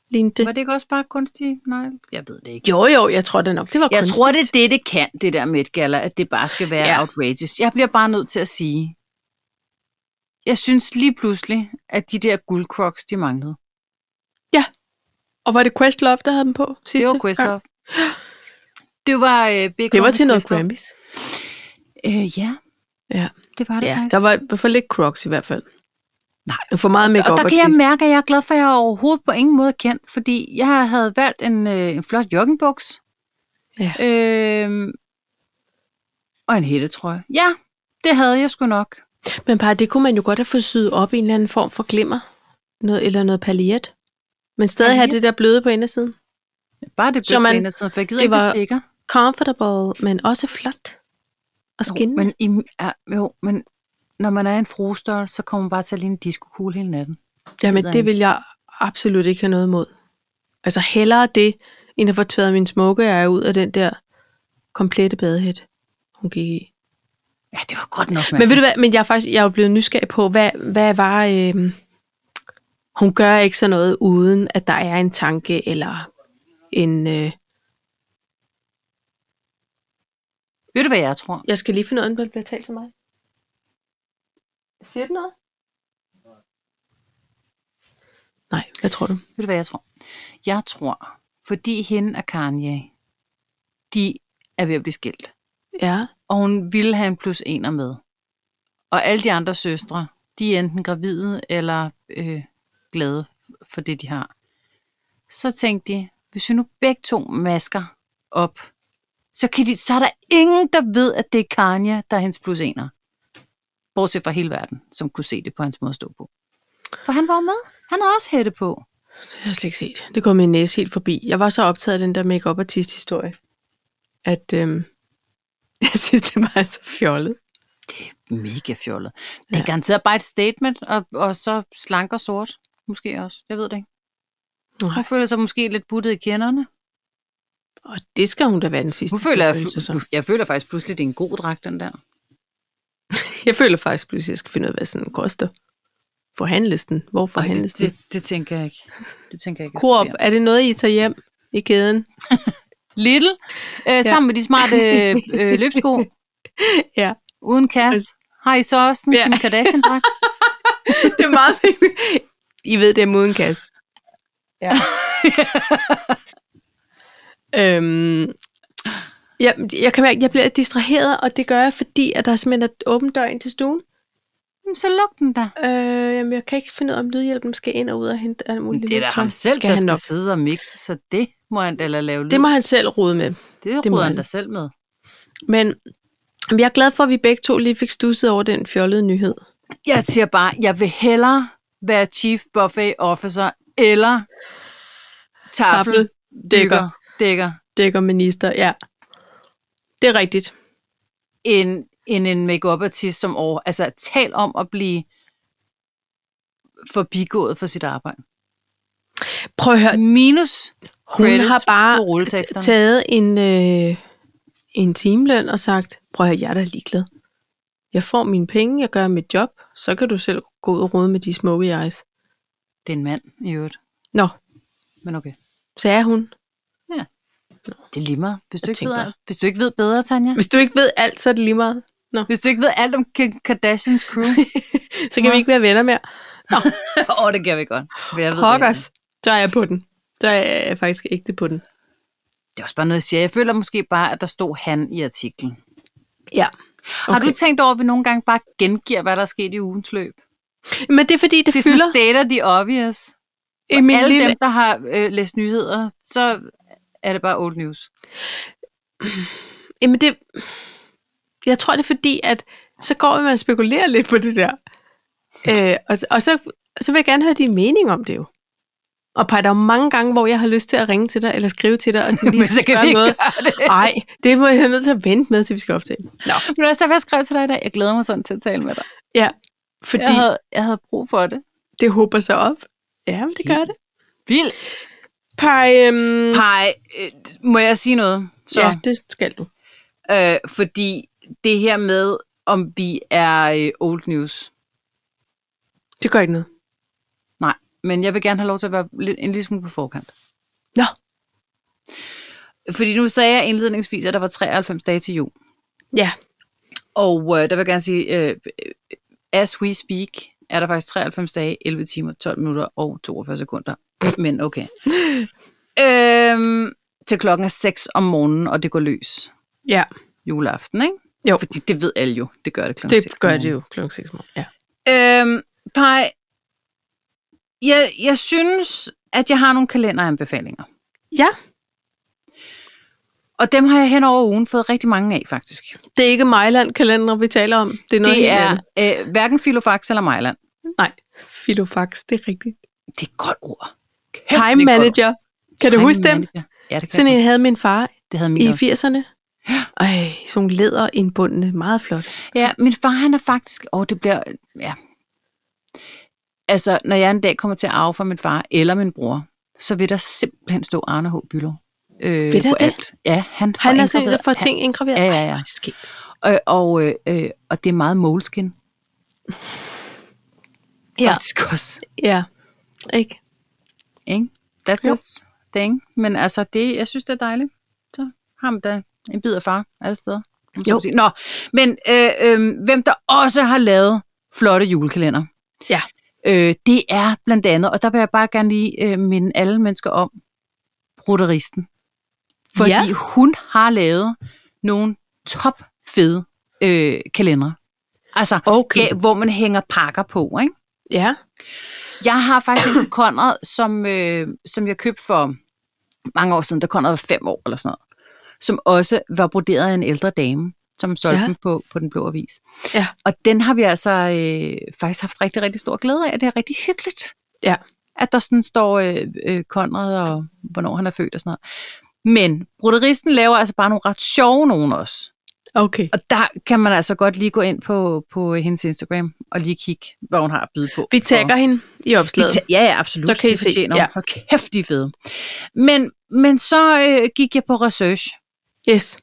[SPEAKER 1] lignede
[SPEAKER 2] Var
[SPEAKER 1] det.
[SPEAKER 2] det ikke også bare kunstig? Nej, jeg ved det ikke.
[SPEAKER 1] Jo, jo, jeg tror da nok, det var
[SPEAKER 2] Jeg
[SPEAKER 1] kunstigt.
[SPEAKER 2] tror, det er det, det kan, det der med et gala, at det bare skal være
[SPEAKER 1] Ja.
[SPEAKER 2] ja. outrageous. Jeg bliver bare nødt til at sige, jeg synes lige pludselig, at de der guldcrocs, de manglede.
[SPEAKER 1] Og var det Questlove, der havde dem på sidste
[SPEAKER 2] Sidste det var
[SPEAKER 1] gang?
[SPEAKER 2] Questlove. Det var øh, Big
[SPEAKER 1] Det var
[SPEAKER 2] Rock
[SPEAKER 1] til
[SPEAKER 2] med
[SPEAKER 1] noget
[SPEAKER 2] Questlove.
[SPEAKER 1] Grammys.
[SPEAKER 2] Øh, ja.
[SPEAKER 1] Ja.
[SPEAKER 2] det var det
[SPEAKER 1] Ja,
[SPEAKER 2] faktisk.
[SPEAKER 1] der var i hvert fald lidt Crocs i hvert fald.
[SPEAKER 2] Nej.
[SPEAKER 1] For meget make
[SPEAKER 2] og
[SPEAKER 1] up
[SPEAKER 2] der kan jeg mærke, at jeg er glad for, at jeg overhovedet på ingen måde er kendt, fordi jeg havde valgt en, øh, en flot joggingbuks.
[SPEAKER 1] Ja.
[SPEAKER 2] Øh, og en hættetrøje. Ja, det havde jeg sgu nok.
[SPEAKER 1] Men bare, det kunne man jo godt have fået syet op i en eller anden form for glimmer. Noget, eller noget paljet. Men stadig have
[SPEAKER 2] Paljet?
[SPEAKER 1] det der bløde på indersiden.
[SPEAKER 2] Bare det
[SPEAKER 1] Så
[SPEAKER 2] blev
[SPEAKER 1] man-
[SPEAKER 2] man, tiden, for jeg gider
[SPEAKER 1] det
[SPEAKER 2] ikke,
[SPEAKER 1] var-
[SPEAKER 2] det stikker.
[SPEAKER 1] Comfortable, men også flot. Og
[SPEAKER 2] Jo,
[SPEAKER 1] skinnende.
[SPEAKER 2] men, i, ja, jo, men når man er en fruestørrelse, så kommer man bare til at ligne en diskokugle hele natten.
[SPEAKER 1] Jamen,
[SPEAKER 2] ved
[SPEAKER 1] det
[SPEAKER 2] jeg
[SPEAKER 1] vil jeg absolut ikke have noget imod. Altså hellere det, end at få tværet min smukke jeg ud af den der komplette badehæt, hun gik i.
[SPEAKER 2] Ja, det var godt nok, mand.
[SPEAKER 1] Men ved du hvad, men jeg er faktisk jeg er jo blevet nysgerrig på, hvad, hvad var... Øh, hun gør ikke sådan noget, uden at der er en tanke eller en... Øh,
[SPEAKER 2] ved du, hvad jeg tror?
[SPEAKER 1] jeg skal lige finde ud af, om der bliver talt til mig. Siger det noget? Nej, hvad tror du?
[SPEAKER 2] Ved du, hvad jeg tror? Jeg tror, fordi hende og Kanye, de er ved at blive skilt.
[SPEAKER 1] Ja,
[SPEAKER 2] Og hun ville have en plus ener med. Og alle de andre søstre, de er enten gravide eller øh, glade for det, de har. Så tænkte de, hvis vi nu begge to masker op, så, kan de, så er der ingen, der ved, at det er Kanye, der er hendes plus ener. Bortset fra hele verden, som kunne se det på hans måde at stå på. For han var jo med. Han havde også hætte på.
[SPEAKER 1] det har jeg slet ikke set. Det går min næse helt forbi. Jeg var så optaget af den der make artist historie at øh, jeg synes, det var så fjollet.
[SPEAKER 2] mega fjollet. Det
[SPEAKER 1] Ja.
[SPEAKER 2] er garanteret bare et statement, og, og så slank og sort. Måske også. Jeg ved det ikke.
[SPEAKER 1] Nej.
[SPEAKER 2] Hun føler sig måske lidt buttet i kenderne.
[SPEAKER 1] Og det skal hun da være den sidste
[SPEAKER 2] Hun føler, jeg,
[SPEAKER 1] til at føle sig sådan.
[SPEAKER 2] jeg føler faktisk pludselig, det er en god dragt, den der.
[SPEAKER 1] Jeg føler faktisk pludselig, at jeg skal finde ud af, hvad sådan en koster. Forhandles den? Hvor forhandles
[SPEAKER 2] det,
[SPEAKER 1] den?
[SPEAKER 2] det, det, tænker jeg ikke. Det tænker jeg ikke. jeg skal
[SPEAKER 1] Coop,
[SPEAKER 2] bede om.
[SPEAKER 1] er det noget, I tager hjem i kæden?
[SPEAKER 2] Little, øh, ja. sammen med de smarte øh, øh, løbsko.
[SPEAKER 1] Ja.
[SPEAKER 2] Uden kasse. Har I så også en
[SPEAKER 1] Ja.
[SPEAKER 2] ja. Kim Kardashian-dragt?
[SPEAKER 1] det er meget I ved, det er moden kasse. Ja. øhm, jeg, jeg, kan mærke, jeg bliver distraheret, og det gør jeg, fordi at der simpelthen er åbent dør ind til stuen.
[SPEAKER 2] Jamen, Så luk den da.
[SPEAKER 1] Øh, jamen, jeg kan ikke finde ud af, om lydhjælpen skal ind og ud og hente alt muligt.
[SPEAKER 2] Det er da
[SPEAKER 1] nyt
[SPEAKER 2] ham
[SPEAKER 1] tøj.
[SPEAKER 2] selv, skal der
[SPEAKER 1] han
[SPEAKER 2] skal
[SPEAKER 1] nok.
[SPEAKER 2] sidde og mixe, så det må han eller lave lyd.
[SPEAKER 1] Det må han selv rode med.
[SPEAKER 2] det,
[SPEAKER 1] det
[SPEAKER 2] det
[SPEAKER 1] må
[SPEAKER 2] må han
[SPEAKER 1] han.
[SPEAKER 2] da selv med.
[SPEAKER 1] Men jeg er glad for, at vi begge to lige fik stusset over den fjollede nyhed.
[SPEAKER 2] Jeg siger bare, jeg vil hellere være chief buffet officer eller tafel,
[SPEAKER 1] dækker.
[SPEAKER 2] dækker, dækker
[SPEAKER 1] Dækker minister, ja. Det er rigtigt.
[SPEAKER 2] end, end en makeup artist som over. Altså, tal om at blive forbigået for sit arbejde.
[SPEAKER 1] Prøv at høre,
[SPEAKER 2] Minus
[SPEAKER 1] hun
[SPEAKER 2] credits
[SPEAKER 1] har bare
[SPEAKER 2] på rulleteksterne.
[SPEAKER 1] taget en, øh, en timeløn og sagt, prøv at høre, jeg er da ligeglad. Jeg får mine penge, jeg gør mit job, så kan du selv gå ud og rode med de smukke eyes.
[SPEAKER 2] Det er en mand, i øvrigt.
[SPEAKER 1] Nå,
[SPEAKER 2] Men okay.
[SPEAKER 1] så er hun.
[SPEAKER 2] Det er lige meget. Hvis du,
[SPEAKER 1] Jeg
[SPEAKER 2] ikke
[SPEAKER 1] tænker-
[SPEAKER 2] ved, hvis du ikke ved bedre, Tanja.
[SPEAKER 1] Hvis du ikke ved alt, så er det lige meget.
[SPEAKER 2] Hvis du ikke ved alt om Kim Kardashians crew.
[SPEAKER 1] Så kan vi ikke være venner mere.
[SPEAKER 2] Åh, oh, det kan vi godt. Men Jeg ved det ikke.
[SPEAKER 1] Pokkers, så er jeg på den. Så er jeg faktisk ægte på den.
[SPEAKER 2] Det er også bare noget, jeg siger. Jeg føler måske bare, at der stod han i artiklen.
[SPEAKER 1] Ja.
[SPEAKER 2] Okay. Har du tænkt over, at vi nogle gange bare gengiver, hvad der er sket i ugens løb?
[SPEAKER 1] Men det er fordi, det,
[SPEAKER 2] Det er
[SPEAKER 1] det
[SPEAKER 2] sådan
[SPEAKER 1] fylder
[SPEAKER 2] state of the obvious.
[SPEAKER 1] i min
[SPEAKER 2] Alle
[SPEAKER 1] lille...
[SPEAKER 2] dem, der har øh, læst nyheder, så er det bare old news.
[SPEAKER 1] Jamen det, jeg tror, det er fordi, at så går man og spekulerer lidt på det der. Øh, og og så, så vil jeg gerne høre din mening om det jo. Og par, der er jo mange gange, hvor jeg har lyst til at ringe til dig, eller skrive til dig, og sådan lige
[SPEAKER 2] Men så kan vi
[SPEAKER 1] spørge
[SPEAKER 2] ikke
[SPEAKER 1] noget.
[SPEAKER 2] gøre det.
[SPEAKER 1] Nej, det må jeg være nødt til at vente med, til vi skal optage. Nå.
[SPEAKER 2] Men det er også derfor, jeg skrev til dig i dag. Jeg glæder mig sådan til at tale med dig.
[SPEAKER 1] Ja, fordi
[SPEAKER 2] Jeg havde, jeg havde brug for det.
[SPEAKER 1] det håber sig op. Ja, men det gør det.
[SPEAKER 2] Vildt.
[SPEAKER 1] Par, øhm,
[SPEAKER 2] Pej, øh, må jeg sige noget? Så?
[SPEAKER 1] ja, det skal du.
[SPEAKER 2] Øh, fordi det her med, om vi er øh, old news.
[SPEAKER 1] Det gør ikke noget.
[SPEAKER 2] Nej, men jeg vil gerne have lov til at være lidt- en lille smule på forkant.
[SPEAKER 1] Nå.
[SPEAKER 2] Fordi nu sagde jeg indledningsvis, at der var 93 dage til jul.
[SPEAKER 1] Ja.
[SPEAKER 2] Og øh, der vil jeg gerne sige, øh, as we speak, er der faktisk 93 dage, 11 timer, 12 minutter og 42 sekunder. Men okay. øhm, til klokken er 6 om morgenen, og det går løs
[SPEAKER 1] Ja,
[SPEAKER 2] juleaften, ikke?
[SPEAKER 1] Jo.
[SPEAKER 2] Fordi det ved alle jo, det gør det klokken 6
[SPEAKER 1] det
[SPEAKER 2] om
[SPEAKER 1] gør
[SPEAKER 2] morgenen.
[SPEAKER 1] det jo klokken 6 morgen. Ja.
[SPEAKER 2] Øhm, Paj, jeg, jeg synes, at jeg har nogle kalenderanbefalinger.
[SPEAKER 1] ja,
[SPEAKER 2] Og dem har jeg hen over ugen fået rigtig mange af, faktisk.
[SPEAKER 1] det er ikke Mejland-kalender, vi taler om. Det er noget
[SPEAKER 2] Det
[SPEAKER 1] helt
[SPEAKER 2] er
[SPEAKER 1] andet.
[SPEAKER 2] øh, hverken Filofax eller Mejland.
[SPEAKER 1] Nej, Filofax, det er rigtigt.
[SPEAKER 2] Det er et godt ord. Kæft, det er et
[SPEAKER 1] Time
[SPEAKER 2] godt ord.
[SPEAKER 1] Manager. Kan du
[SPEAKER 2] Time
[SPEAKER 1] huske dem?
[SPEAKER 2] manager. Ja, det kan
[SPEAKER 1] Sådan
[SPEAKER 2] jeg.
[SPEAKER 1] en havde min far
[SPEAKER 2] godt. Det havde
[SPEAKER 1] i
[SPEAKER 2] min også.
[SPEAKER 1] 80'erne. Ej, sådan nogle læderindbundne, meget flot.
[SPEAKER 2] Ja, min far han er faktisk... Åh, det bliver... Ja. Altså, når jeg en dag kommer til at arve fra min far eller min bror, så vil der simpelthen stå Arne H. Bylov. Øh,
[SPEAKER 1] Vil der
[SPEAKER 2] på
[SPEAKER 1] det?
[SPEAKER 2] alt. Ja, han, får
[SPEAKER 1] Han er sådan en,
[SPEAKER 2] indgraveret-
[SPEAKER 1] der får ting indgraveret.
[SPEAKER 2] Ja, ja, ja.
[SPEAKER 1] Ej, hvor er det skægt.
[SPEAKER 2] Øh, og, øh, øh, og det er meget moleskin.
[SPEAKER 1] Ja.
[SPEAKER 2] Faktisk også.
[SPEAKER 1] Ja, ikke?
[SPEAKER 2] Ikke? That's
[SPEAKER 1] Jo.
[SPEAKER 2] it. Thing. Men altså, det, jeg synes, det er dejligt. Så har man da en bid af far alle steder. om så
[SPEAKER 1] Jo.
[SPEAKER 2] må sige. Nå, men øh, øh, hvem der også har lavet flotte julekalender,
[SPEAKER 1] Ja.
[SPEAKER 2] øh, det er blandt andet, og der vil jeg bare gerne lige øh, minde alle mennesker om, Brutteristen. Fordi
[SPEAKER 1] Ja.
[SPEAKER 2] hun har lavet nogle top fede øh, kalendere. Altså,
[SPEAKER 1] Okay.
[SPEAKER 2] ja, hvor man hænger pakker på, ikke?
[SPEAKER 1] Ja.
[SPEAKER 2] Jeg har faktisk en til Conrad, som, øh, som jeg købte for mange år siden, da Conrad var fem år eller sådan noget, som også var broderet af en ældre dame, som solgte
[SPEAKER 1] Ja.
[SPEAKER 2] ja. den på, på den blå avis.
[SPEAKER 1] Ja.
[SPEAKER 2] Og den har vi altså øh, faktisk haft rigtig, rigtig stor glæde af, og det er rigtig hyggeligt.
[SPEAKER 1] Ja.
[SPEAKER 2] At der sådan står øh, øh, Conrad og hvornår han er født og sådan noget. Men broderisten laver altså bare nogle ret sjove nogen også.
[SPEAKER 1] Okay.
[SPEAKER 2] Og der kan man altså godt lige gå ind på, på hendes Instagram og lige kigge, hvad hun har at byde på.
[SPEAKER 1] Vi
[SPEAKER 2] Og-
[SPEAKER 1] tagger hende i opslaget.
[SPEAKER 2] vi ta- Ja, ja, absolut.
[SPEAKER 1] Så kan I
[SPEAKER 2] De
[SPEAKER 1] se,
[SPEAKER 2] fortjener
[SPEAKER 1] ja.
[SPEAKER 2] dem. Hold kæft, de er fede. Men, men så øh, gik jeg på research
[SPEAKER 1] Yes.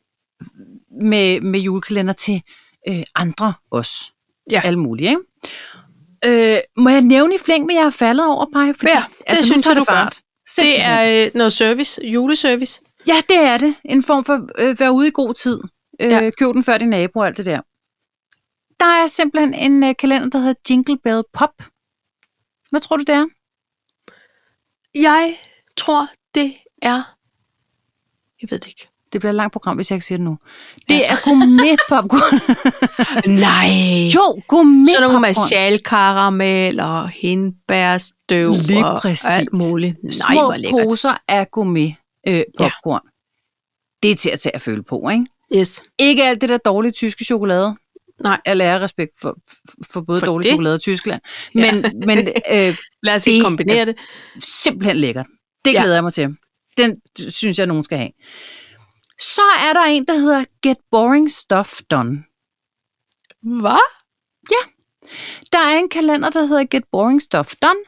[SPEAKER 2] med, med julekalender til øh, andre også.
[SPEAKER 1] Ja.
[SPEAKER 2] Alle mulige, ikke? Øh, må jeg nævne i flæng, hvad jeg er faldet over, Paj? Fordi, altså,
[SPEAKER 1] Ja, det synes jeg, du gør. Det
[SPEAKER 2] Simpelthen.
[SPEAKER 1] er øh, noget service, juleservice.
[SPEAKER 2] Ja, det er det. En form for øh, være ude i god tid. Øh,
[SPEAKER 1] Ja.
[SPEAKER 2] ja. Køb den før din nabo og alt det der. Der er simpelthen en øh, kalender, der hedder Jingle Bell Pop. Hvad tror du, det er?
[SPEAKER 1] Jeg tror, det er... Jeg ved det ikke.
[SPEAKER 2] Det bliver et langt program, hvis jeg ikke siger det nu. Det ja. er gourmet popcorn.
[SPEAKER 1] Nej. Jo,
[SPEAKER 2] Jo, gourmet
[SPEAKER 1] Sådan nogle
[SPEAKER 2] popcorn.
[SPEAKER 1] marshallkaramel og hindbærstøv
[SPEAKER 2] Lige
[SPEAKER 1] og
[SPEAKER 2] præcis.
[SPEAKER 1] alt muligt. Nej,
[SPEAKER 2] Små
[SPEAKER 1] hvor lækkert.
[SPEAKER 2] poser af gourmet øh, popcorn. Ja. Det er til at tage at føle på, ikke?
[SPEAKER 1] Yes.
[SPEAKER 2] Ikke alt det der dårlige tyske chokolade.
[SPEAKER 1] Nej.
[SPEAKER 2] Jeg lærer respekt for, for- for både
[SPEAKER 1] For
[SPEAKER 2] for dårlig
[SPEAKER 1] det.
[SPEAKER 2] det. chokolade og Tyskland. Men, ja. men øh,
[SPEAKER 1] Lad os ikke
[SPEAKER 2] Det
[SPEAKER 1] kombinere det.
[SPEAKER 2] simpelthen lækkert. Det
[SPEAKER 1] Ja.
[SPEAKER 2] glæder jeg mig til. Den synes jeg, nogen skal have. Så er der en, der hedder Get Boring Stuff Done.
[SPEAKER 1] Hvad?
[SPEAKER 2] Der er en kalender, der hedder Get Boring Stuff Done,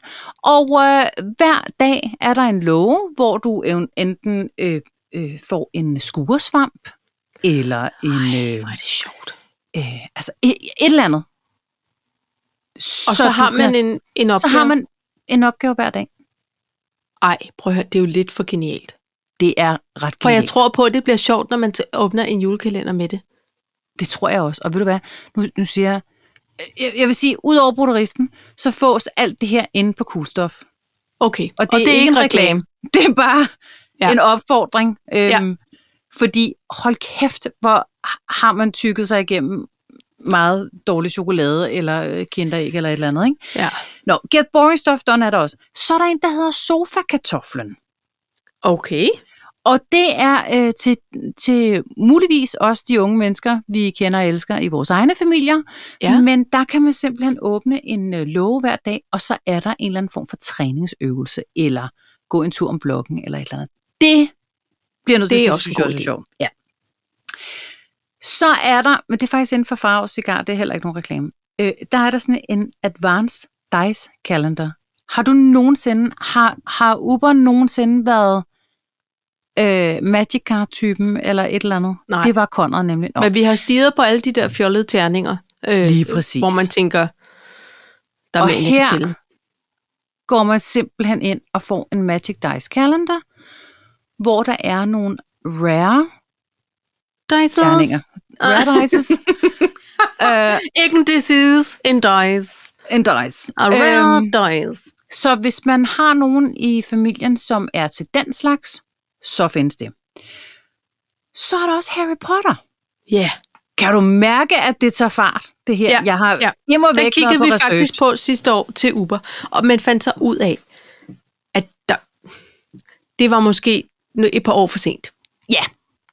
[SPEAKER 2] og øh, hver dag er der en låge, hvor du ev- enten øh, øh, får en skuresvamp, eller en, øh,
[SPEAKER 1] Hvor er det sjovt.
[SPEAKER 2] øh, altså et, et eller andet.
[SPEAKER 1] Og så, så
[SPEAKER 2] du
[SPEAKER 1] har man
[SPEAKER 2] kan,
[SPEAKER 1] en, en opgave.
[SPEAKER 2] så har man en opgave hver dag.
[SPEAKER 1] Ej, prøv at høre, det er jo lidt for genialt.
[SPEAKER 2] Det er ret
[SPEAKER 1] For jeg
[SPEAKER 2] genialt.
[SPEAKER 1] tror på, at det bliver sjovt, når man t- åbner en julekalender med det.
[SPEAKER 2] Det tror jeg også. Og ved du hvad, nu, nu siger jeg, jeg, jeg vil sige, ud over bruderisten, så fås alt det her inde på Kulstof.
[SPEAKER 1] Okay,
[SPEAKER 2] Og det, og det er ikke en reklame. Det er bare
[SPEAKER 1] Ja.
[SPEAKER 2] ja. en opfordring. Øhm,
[SPEAKER 1] Ja.
[SPEAKER 2] ja. Fordi hold kæft, hvor har man tykket sig igennem meget dårlig chokolade, eller øh, kinderæg, eller et eller andet. Ikke?
[SPEAKER 1] Ja,
[SPEAKER 2] Nå, Get Boring Stuff Done er der også. Så er der en, der hedder Sofa-kartoflen.
[SPEAKER 1] okay.
[SPEAKER 2] Og det er øh, til, til muligvis også de unge mennesker, vi kender og elsker i vores egne familier.
[SPEAKER 1] Ja.
[SPEAKER 2] Men der kan man simpelthen åbne en øh, låge hver dag, og så er der en eller anden form for træningsøvelse, eller gå en tur om blokken, eller et eller andet. Det bliver noget
[SPEAKER 1] Det er
[SPEAKER 2] til,
[SPEAKER 1] også en
[SPEAKER 2] synes
[SPEAKER 1] god
[SPEAKER 2] jeg også er
[SPEAKER 1] idé.
[SPEAKER 2] sjovt. Ja. Så er der, men det er faktisk inden for farve og cigar, det er heller ikke nogen reklame. Øh, der er der sådan en Advanced Dice Calendar. Har du nogensinde, har, har Uber nogensinde været øh, Magic Card-typen eller et eller andet?
[SPEAKER 1] Nej.
[SPEAKER 2] Det var Conrad nemlig. Nå,
[SPEAKER 1] Men vi har stiget på alle de der fjollede terninger. Øh,
[SPEAKER 2] Lige præcis.
[SPEAKER 1] Hvor man tænker, der er
[SPEAKER 2] Og
[SPEAKER 1] mere energi
[SPEAKER 2] her-
[SPEAKER 1] til.
[SPEAKER 2] går man simpelthen ind og får en Magic Dice Calendar, hvor der er nogle rare
[SPEAKER 1] Dices.
[SPEAKER 2] terninger.
[SPEAKER 1] Ah.
[SPEAKER 2] Rare dices. øh,
[SPEAKER 1] Ikke en disease, en dice.
[SPEAKER 2] en dice.
[SPEAKER 1] A rare
[SPEAKER 2] Øhm,
[SPEAKER 1] dice.
[SPEAKER 2] så hvis man har nogen i familien, som er til den slags, så findes det. Så er der også Harry Potter.
[SPEAKER 1] Ja, yeah.
[SPEAKER 2] Kan du mærke, at det tager fart, det her?
[SPEAKER 1] Ja,
[SPEAKER 2] jeg har
[SPEAKER 1] ja.
[SPEAKER 2] jeg må
[SPEAKER 1] den
[SPEAKER 2] væk noget
[SPEAKER 1] kiggede
[SPEAKER 2] på
[SPEAKER 1] vi
[SPEAKER 2] research.
[SPEAKER 1] faktisk på sidste år til Uber, og man fandt så ud af, at der, det var måske nu- et par år for sent.
[SPEAKER 2] Ja.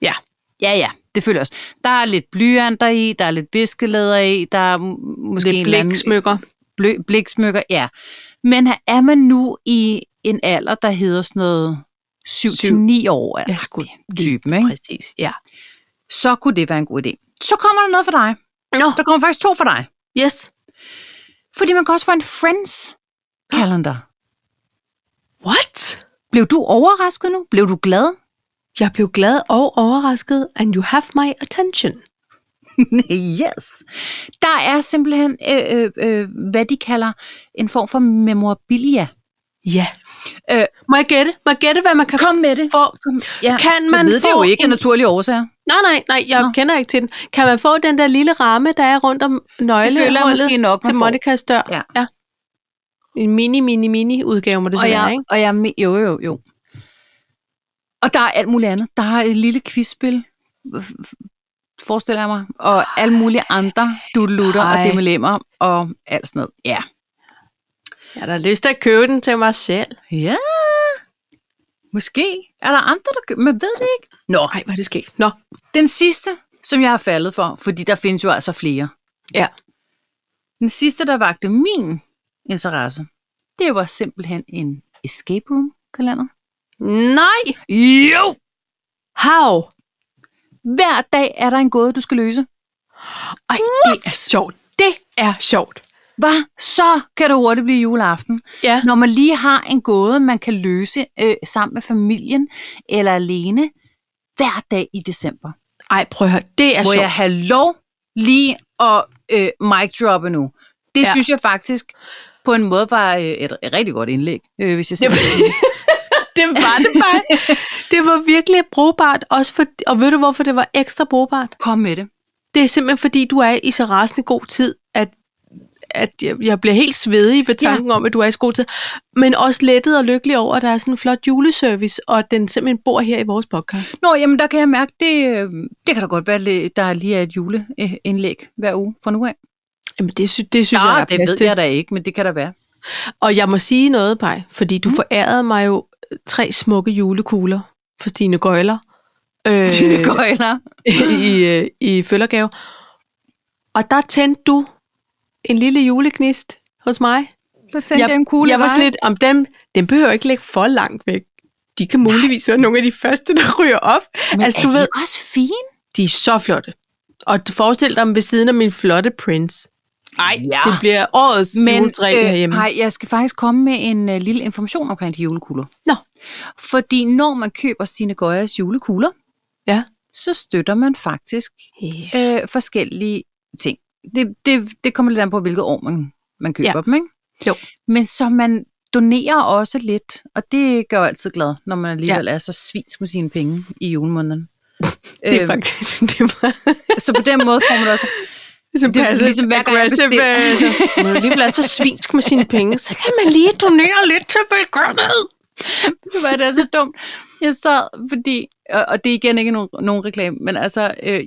[SPEAKER 1] Ja.
[SPEAKER 2] Ja, ja. Det føler jeg også. Der er lidt blyanter i, der er lidt viskelæder i, der er m- måske
[SPEAKER 1] Måske
[SPEAKER 2] en eller anden
[SPEAKER 1] blæksmykker.
[SPEAKER 2] blø, bliksmykker, ja. Men her er man nu i en alder, der hedder sådan noget 7-9 år,
[SPEAKER 1] Ja,
[SPEAKER 2] ja.
[SPEAKER 1] sgu.
[SPEAKER 2] typen, ikke?
[SPEAKER 1] Præcis, ja.
[SPEAKER 2] så kunne det være en god idé. Så kommer der noget for dig.
[SPEAKER 1] Nå,
[SPEAKER 2] Der kommer faktisk to for dig.
[SPEAKER 1] yes.
[SPEAKER 2] Fordi man kan også få en friends kalender.
[SPEAKER 1] What?
[SPEAKER 2] Blev du overrasket nu? Blev du glad?
[SPEAKER 1] Jeg blev glad og overrasket, and you have my attention.
[SPEAKER 2] yes. Der er simpelthen, øh, øh, øh, hvad de kalder en form for memorabilia.
[SPEAKER 1] Ja.
[SPEAKER 2] Øh,
[SPEAKER 1] Må jeg gætte? Må jeg gætte, hvad man kan
[SPEAKER 2] Kom med det.
[SPEAKER 1] få?
[SPEAKER 2] Ja.
[SPEAKER 1] Kan man
[SPEAKER 2] jeg ved
[SPEAKER 1] få
[SPEAKER 2] det jo ikke af
[SPEAKER 1] en...
[SPEAKER 2] naturlige årsager.
[SPEAKER 1] Nej, nej, nej, jeg
[SPEAKER 2] Nå.
[SPEAKER 1] Nå. kender ikke til den. Kan man få den der lille ramme, der er rundt om nøglehullet?
[SPEAKER 2] nok,
[SPEAKER 1] til Monikas dør.
[SPEAKER 2] Ja.
[SPEAKER 1] ja. En mini, mini, mini udgave må det så
[SPEAKER 2] Og
[SPEAKER 1] være,
[SPEAKER 2] jeg,
[SPEAKER 1] ikke?
[SPEAKER 2] og jeg, me- jo, jo, jo. Og der er alt muligt andet. Der er et lille quizspil, f- f- forestiller jeg mig, og alle mulige andre dudelutter og
[SPEAKER 1] Ej.
[SPEAKER 2] demolemmer og alt sådan noget. Ja.
[SPEAKER 1] Jeg har da lyst til at købe den til mig selv.
[SPEAKER 2] Ja. Måske er der andre, der gør, man ved det ikke. Nå,
[SPEAKER 1] Nej, hvad er det sket? Nå,
[SPEAKER 2] den sidste, som jeg har faldet for, fordi der findes jo altså flere.
[SPEAKER 1] ja.
[SPEAKER 2] Den sidste, der vagte min interesse, det var simpelthen en escape room kalender.
[SPEAKER 1] Nej!
[SPEAKER 2] Jo!
[SPEAKER 1] How?
[SPEAKER 2] Hver dag er der en gåde, du skal løse.
[SPEAKER 1] Ej, det er sjovt. Det er sjovt.
[SPEAKER 2] Hvad? Så kan det hurtigt blive juleaften.
[SPEAKER 1] Ja.
[SPEAKER 2] Når man lige har en gåde, man kan løse øh, sammen med familien eller alene hver dag i december.
[SPEAKER 1] Ej, prøv at høre. Det er
[SPEAKER 2] Må
[SPEAKER 1] sjovt.
[SPEAKER 2] jeg have lov lige at øh, mic droppe nu? Det ja.
[SPEAKER 1] Ja.
[SPEAKER 2] synes jeg faktisk på en måde var øh, et, et rigtig godt indlæg, øh, hvis jeg siger
[SPEAKER 1] Det
[SPEAKER 2] det.
[SPEAKER 1] det var det bare. det var virkelig brugbart. Også for, og ved du, hvorfor det var ekstra brugbart?
[SPEAKER 2] Kom med det.
[SPEAKER 1] Det er simpelthen, fordi du er i så rasende god tid, at at jeg, jeg bliver helt svedig ved tanken ja. om, at du er i så god tid. Men også lettet og lykkelig over, at der er sådan en flot juleservice, og at den simpelthen bor her i vores podcast.
[SPEAKER 2] Nå, jamen der kan jeg mærke, det, øh, det kan da godt være, lidt- der lige er et juleindlæg øh, hver uge fra nu af.
[SPEAKER 1] Jamen, det, sy- det synes
[SPEAKER 2] Nå,
[SPEAKER 1] jeg, der er
[SPEAKER 2] det
[SPEAKER 1] plads
[SPEAKER 2] ved
[SPEAKER 1] til.
[SPEAKER 2] jeg da ikke, men det kan der være.
[SPEAKER 1] Og jeg må sige noget, Paj, fordi du mm. forærede mig jo øh, tre smukke julekugler for Stine Gøjler øh,
[SPEAKER 2] Stine Gøjler.
[SPEAKER 1] i, øh, i følgergave. Og der tændte du en lille julegnist hos mig.
[SPEAKER 2] Så tændte jeg,
[SPEAKER 1] jeg
[SPEAKER 2] en kugle
[SPEAKER 1] jeg var
[SPEAKER 2] i
[SPEAKER 1] sådan
[SPEAKER 2] vejen.
[SPEAKER 1] lidt, om dem, dem behøver ikke ligge for langt væk. De kan muligvis være nogle af de første, der ryger op.
[SPEAKER 2] Men
[SPEAKER 1] altså,
[SPEAKER 2] er
[SPEAKER 1] du
[SPEAKER 2] de
[SPEAKER 1] ved,
[SPEAKER 2] også fine?
[SPEAKER 1] de er så flotte. Og forestil dig dem ved siden af min flotte prince.
[SPEAKER 2] Nej, ja.
[SPEAKER 1] Det bliver årets Men, juletræ øh, herhjemme.
[SPEAKER 2] nej, jeg skal faktisk komme med en øh, lille information omkring de julekugler.
[SPEAKER 1] Nå.
[SPEAKER 2] Fordi når man køber Stine Gøjers julekugler,
[SPEAKER 1] Ja.
[SPEAKER 2] så støtter man faktisk
[SPEAKER 1] Yeah.
[SPEAKER 2] øh, forskellige ting. Det, det, det kommer lidt an på, hvilket år man, man køber ja.
[SPEAKER 1] Ja.
[SPEAKER 2] dem, ikke?
[SPEAKER 1] Jo.
[SPEAKER 2] Men så man donerer også lidt, og det gør jo altid glad, når man alligevel ja. er så svinsk med sine penge i julemåneden. Øhm,
[SPEAKER 1] Det er faktisk det var,
[SPEAKER 2] så på den måde får man også
[SPEAKER 1] som
[SPEAKER 2] Det er ligesom hver gang, jeg bestiller.
[SPEAKER 1] Når man alligevel er så svinsk med sine penge, så kan man lige donere lidt til velgørenhed.
[SPEAKER 2] det var det er så dumt. Jeg sad, fordi, og, og det er igen ikke nogen, nogen reklame, men altså, øh,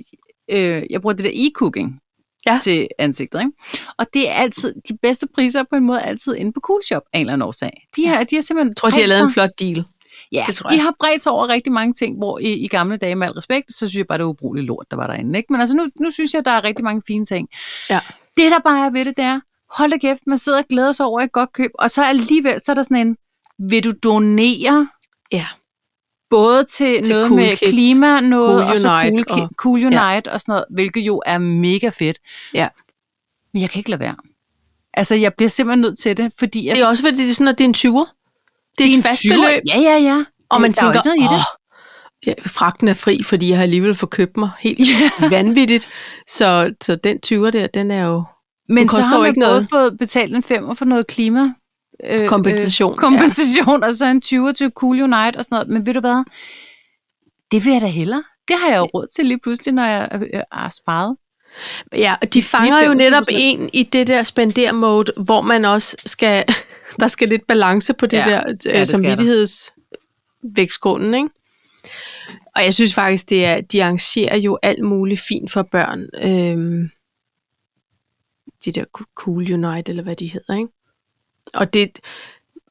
[SPEAKER 2] øh, jeg bruger det der e-cooking
[SPEAKER 1] Ja.
[SPEAKER 2] til ansigtet, ikke? Og det er altid, de bedste priser er på en måde altid inde på Coolshop af en eller anden årsag. De har, de har simpelthen
[SPEAKER 1] Jeg tror, de har
[SPEAKER 2] bredt
[SPEAKER 1] lavet
[SPEAKER 2] sig-
[SPEAKER 1] en flot deal.
[SPEAKER 2] Ja,
[SPEAKER 1] Det tror
[SPEAKER 2] de
[SPEAKER 1] jeg.
[SPEAKER 2] har bredt sig over rigtig mange ting, hvor i, i gamle dage, med al respekt, så synes jeg bare, det var ubrugeligt lort, der var derinde. Ikke? Men altså, nu, nu synes jeg, der er rigtig mange fine ting.
[SPEAKER 1] Ja.
[SPEAKER 2] Det, der bare er ved det, det er, hold da kæft, man sidder og glæder sig over et godt køb, og så alligevel, så er der sådan en, vil du donere
[SPEAKER 1] Ja.
[SPEAKER 2] både til,
[SPEAKER 1] Til
[SPEAKER 2] noget
[SPEAKER 1] Cool
[SPEAKER 2] med
[SPEAKER 1] Kids,
[SPEAKER 2] klima, noget,
[SPEAKER 1] Cool
[SPEAKER 2] og så
[SPEAKER 1] Unite
[SPEAKER 2] Cool, Ki-
[SPEAKER 1] og-
[SPEAKER 2] cool Unite og sådan noget, hvilket jo er mega fedt.
[SPEAKER 1] Ja.
[SPEAKER 2] Men jeg kan ikke lade være. Altså, jeg bliver simpelthen nødt til det, fordi jeg,
[SPEAKER 1] Det er også fordi, det er sådan, at det er en 20'er. Det er,
[SPEAKER 2] en
[SPEAKER 1] et fast
[SPEAKER 2] 20'er.
[SPEAKER 1] beløb,
[SPEAKER 2] Ja, ja, ja.
[SPEAKER 1] og man
[SPEAKER 2] Der er jo
[SPEAKER 1] tænker,
[SPEAKER 2] ikke noget i det.
[SPEAKER 1] åh, ja, fragten er fri, fordi jeg har alligevel forkøbt mig helt yeah. vanvittigt. Så, så den 20'er der, den er jo...
[SPEAKER 2] Men så
[SPEAKER 1] koster
[SPEAKER 2] har
[SPEAKER 1] jo
[SPEAKER 2] man
[SPEAKER 1] ikke
[SPEAKER 2] både
[SPEAKER 1] noget.
[SPEAKER 2] fået betalt en femmer for noget klima øh,
[SPEAKER 1] Kompensation,
[SPEAKER 2] Øh, kompensation, ja. og så en 20 til Cool Unite og sådan noget. Men ved du hvad? Det vil jeg da hellere. Det har jeg jo råd til lige pludselig, når jeg øh, øh, har sparet.
[SPEAKER 1] Ja, og de fanger jo
[SPEAKER 2] 25%.
[SPEAKER 1] netop en i det der spender mode, hvor man også skal, der skal lidt balance på det
[SPEAKER 2] Ja,
[SPEAKER 1] ja,
[SPEAKER 2] ja,
[SPEAKER 1] der øh,
[SPEAKER 2] det skal der.
[SPEAKER 1] samvittighedsvægtskålen, ikke? Og jeg synes faktisk, det er, de arrangerer jo alt muligt fint for børn. Øhm, de der Cool Unite, eller hvad de hedder, ikke? Og det,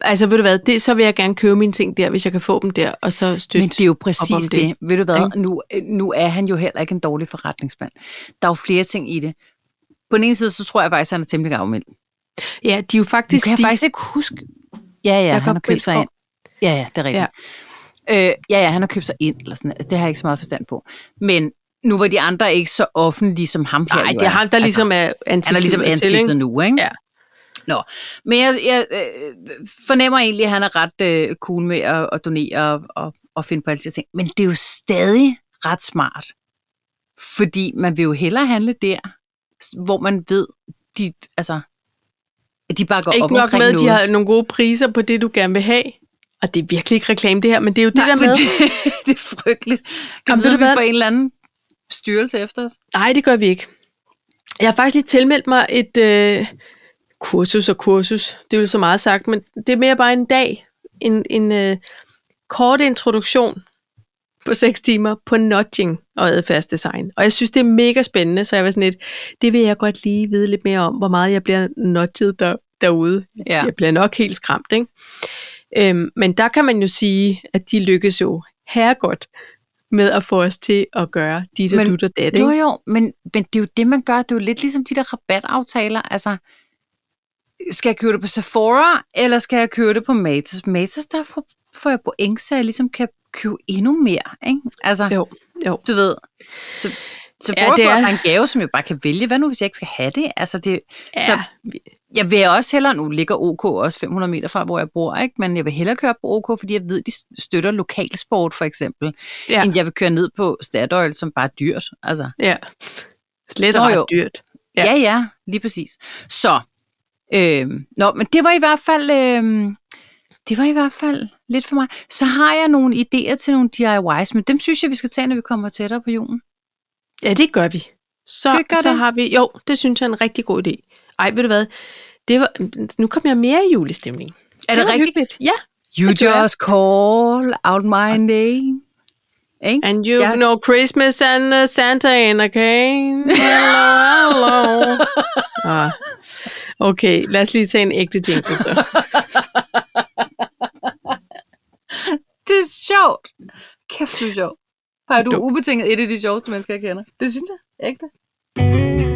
[SPEAKER 1] altså ved du hvad, det, så vil jeg gerne købe mine ting der, hvis jeg kan få dem der, og så støtte.
[SPEAKER 2] Men det er jo
[SPEAKER 1] op om
[SPEAKER 2] præcis det.
[SPEAKER 1] det.
[SPEAKER 2] det. Ved du hvad?
[SPEAKER 1] Ikke?
[SPEAKER 2] Nu, nu er han jo heller ikke en dårlig forretningsmand. Der er jo flere ting i det. På den ene side, så tror jeg faktisk, at han er temmelig gavmild.
[SPEAKER 1] ja, de er jo
[SPEAKER 2] Nu
[SPEAKER 1] faktisk
[SPEAKER 2] kan jeg
[SPEAKER 1] de,
[SPEAKER 2] faktisk ikke huske. Ja, ja,
[SPEAKER 1] Der
[SPEAKER 2] der
[SPEAKER 1] går
[SPEAKER 2] han har købt sig ind.
[SPEAKER 1] Pilsgaard.
[SPEAKER 2] Ja, ja, det er rigtigt. Ja. Øh, ja, ja, han har købt sig ind, eller sådan altså, Det har jeg ikke så meget forstand på. Men nu var de andre ikke så offentlige som ham her.
[SPEAKER 1] Nej,
[SPEAKER 2] jo
[SPEAKER 1] det er ham, der ligesom er
[SPEAKER 2] Altså, han er ligesom
[SPEAKER 1] ansigtet til, ikke?
[SPEAKER 2] ansigtet nu, ikke?
[SPEAKER 1] Ja.
[SPEAKER 2] Nå, men jeg, jeg øh, fornemmer egentlig, at han er ret øh, cool med at, at donere og, og, og finde på alle de her ting. Men det er jo stadig ret smart, fordi man vil jo hellere handle der, s- hvor man ved, de, altså, at de bakker
[SPEAKER 1] Ikke
[SPEAKER 2] op
[SPEAKER 1] nok
[SPEAKER 2] omkring
[SPEAKER 1] med, at
[SPEAKER 2] noget.
[SPEAKER 1] de har nogle gode priser på det, du gerne vil have. Og det er virkelig ikke reklame, det her, men det er jo
[SPEAKER 2] Nej,
[SPEAKER 1] det der
[SPEAKER 2] men
[SPEAKER 1] med...
[SPEAKER 2] Det, det er frygteligt. Kan Jamen,
[SPEAKER 1] Jamen,
[SPEAKER 2] vide,
[SPEAKER 1] ved
[SPEAKER 2] om vi
[SPEAKER 1] du hvad?
[SPEAKER 2] får en eller anden styrelse efter os?
[SPEAKER 1] Nej, det gør vi ikke. Jeg har faktisk lige tilmeldt mig et øh, kursus og kursus. Det er jo så meget sagt, men det er mere bare en dag. En, en øh, kort introduktion på 6 timer på nudging og adfærdsdesign. Og jeg synes, det er mega spændende, så jeg var sådan lidt, det vil jeg godt lige vide lidt mere om, hvor meget jeg bliver nudget der, derude.
[SPEAKER 2] Ja.
[SPEAKER 1] Jeg bliver nok helt skræmt, ikke? Øhm, men der kan man jo sige, at de lykkes jo herregodt med at få os til at gøre dit og
[SPEAKER 2] Men-
[SPEAKER 1] dut og dat, ikke?
[SPEAKER 2] Jo, jo, men, men det er jo det, man gør. Det er jo lidt ligesom de der rabataftaler. Altså, skal jeg købe det på Sephora, eller skal jeg købe det på Matas? Matas, der får, får jeg point, så jeg ligesom kan købe endnu mere, ikke? Altså, jo.
[SPEAKER 1] Jo, jo.
[SPEAKER 2] du ved. Så, Sephora ja, det
[SPEAKER 1] det
[SPEAKER 2] er...
[SPEAKER 1] er-
[SPEAKER 2] får jeg en gave, som jeg bare kan vælge. Hvad nu, hvis jeg ikke skal have det? Altså, det
[SPEAKER 1] Ja,
[SPEAKER 2] så
[SPEAKER 1] så,
[SPEAKER 2] jeg vil også hellere, nu ligger OK også 500 meter fra, hvor jeg bor, ikke? men jeg vil hellere køre på OK, fordi jeg ved, de støtter lokalsport for eksempel, ja.
[SPEAKER 1] Ja.
[SPEAKER 2] end jeg vil køre ned på Statoil, som bare er dyrt. Altså,
[SPEAKER 1] ja. Slet
[SPEAKER 2] Nå,
[SPEAKER 1] og
[SPEAKER 2] jo.
[SPEAKER 1] ret dyrt.
[SPEAKER 2] ja.
[SPEAKER 1] Ja.
[SPEAKER 2] ja, ja, lige præcis. Så, øh, nå, men det var i hvert fald, øh, det var i hvert fald lidt for mig. Så har jeg nogle idéer til nogle DIYs, men dem synes jeg, vi skal tage, når vi kommer tættere på julen.
[SPEAKER 1] Ja, det gør vi. Så,
[SPEAKER 2] Skal vi gøre
[SPEAKER 1] så
[SPEAKER 2] det?
[SPEAKER 1] har vi, jo, det synes jeg er en rigtig god idé. Ej, ved du hvad? Det var, nu kom jeg mere i julestemning.
[SPEAKER 2] Er det,
[SPEAKER 1] var
[SPEAKER 2] rigtigt?
[SPEAKER 1] Hyggeligt. Ja.
[SPEAKER 2] You
[SPEAKER 1] Det gør jeg.
[SPEAKER 2] just call out my name. Ikke?
[SPEAKER 1] And you
[SPEAKER 2] Ja.
[SPEAKER 1] ja. know Christmas and uh, Santa and okay? Hello, hello. ah. Okay, lad os lige tage en ægte jingle så.
[SPEAKER 2] Det er sjovt. Kæft, det er sjovt. Har du
[SPEAKER 1] Jo.
[SPEAKER 2] ubetinget et af de sjoveste mennesker, jeg kender? Det synes jeg. Ægte.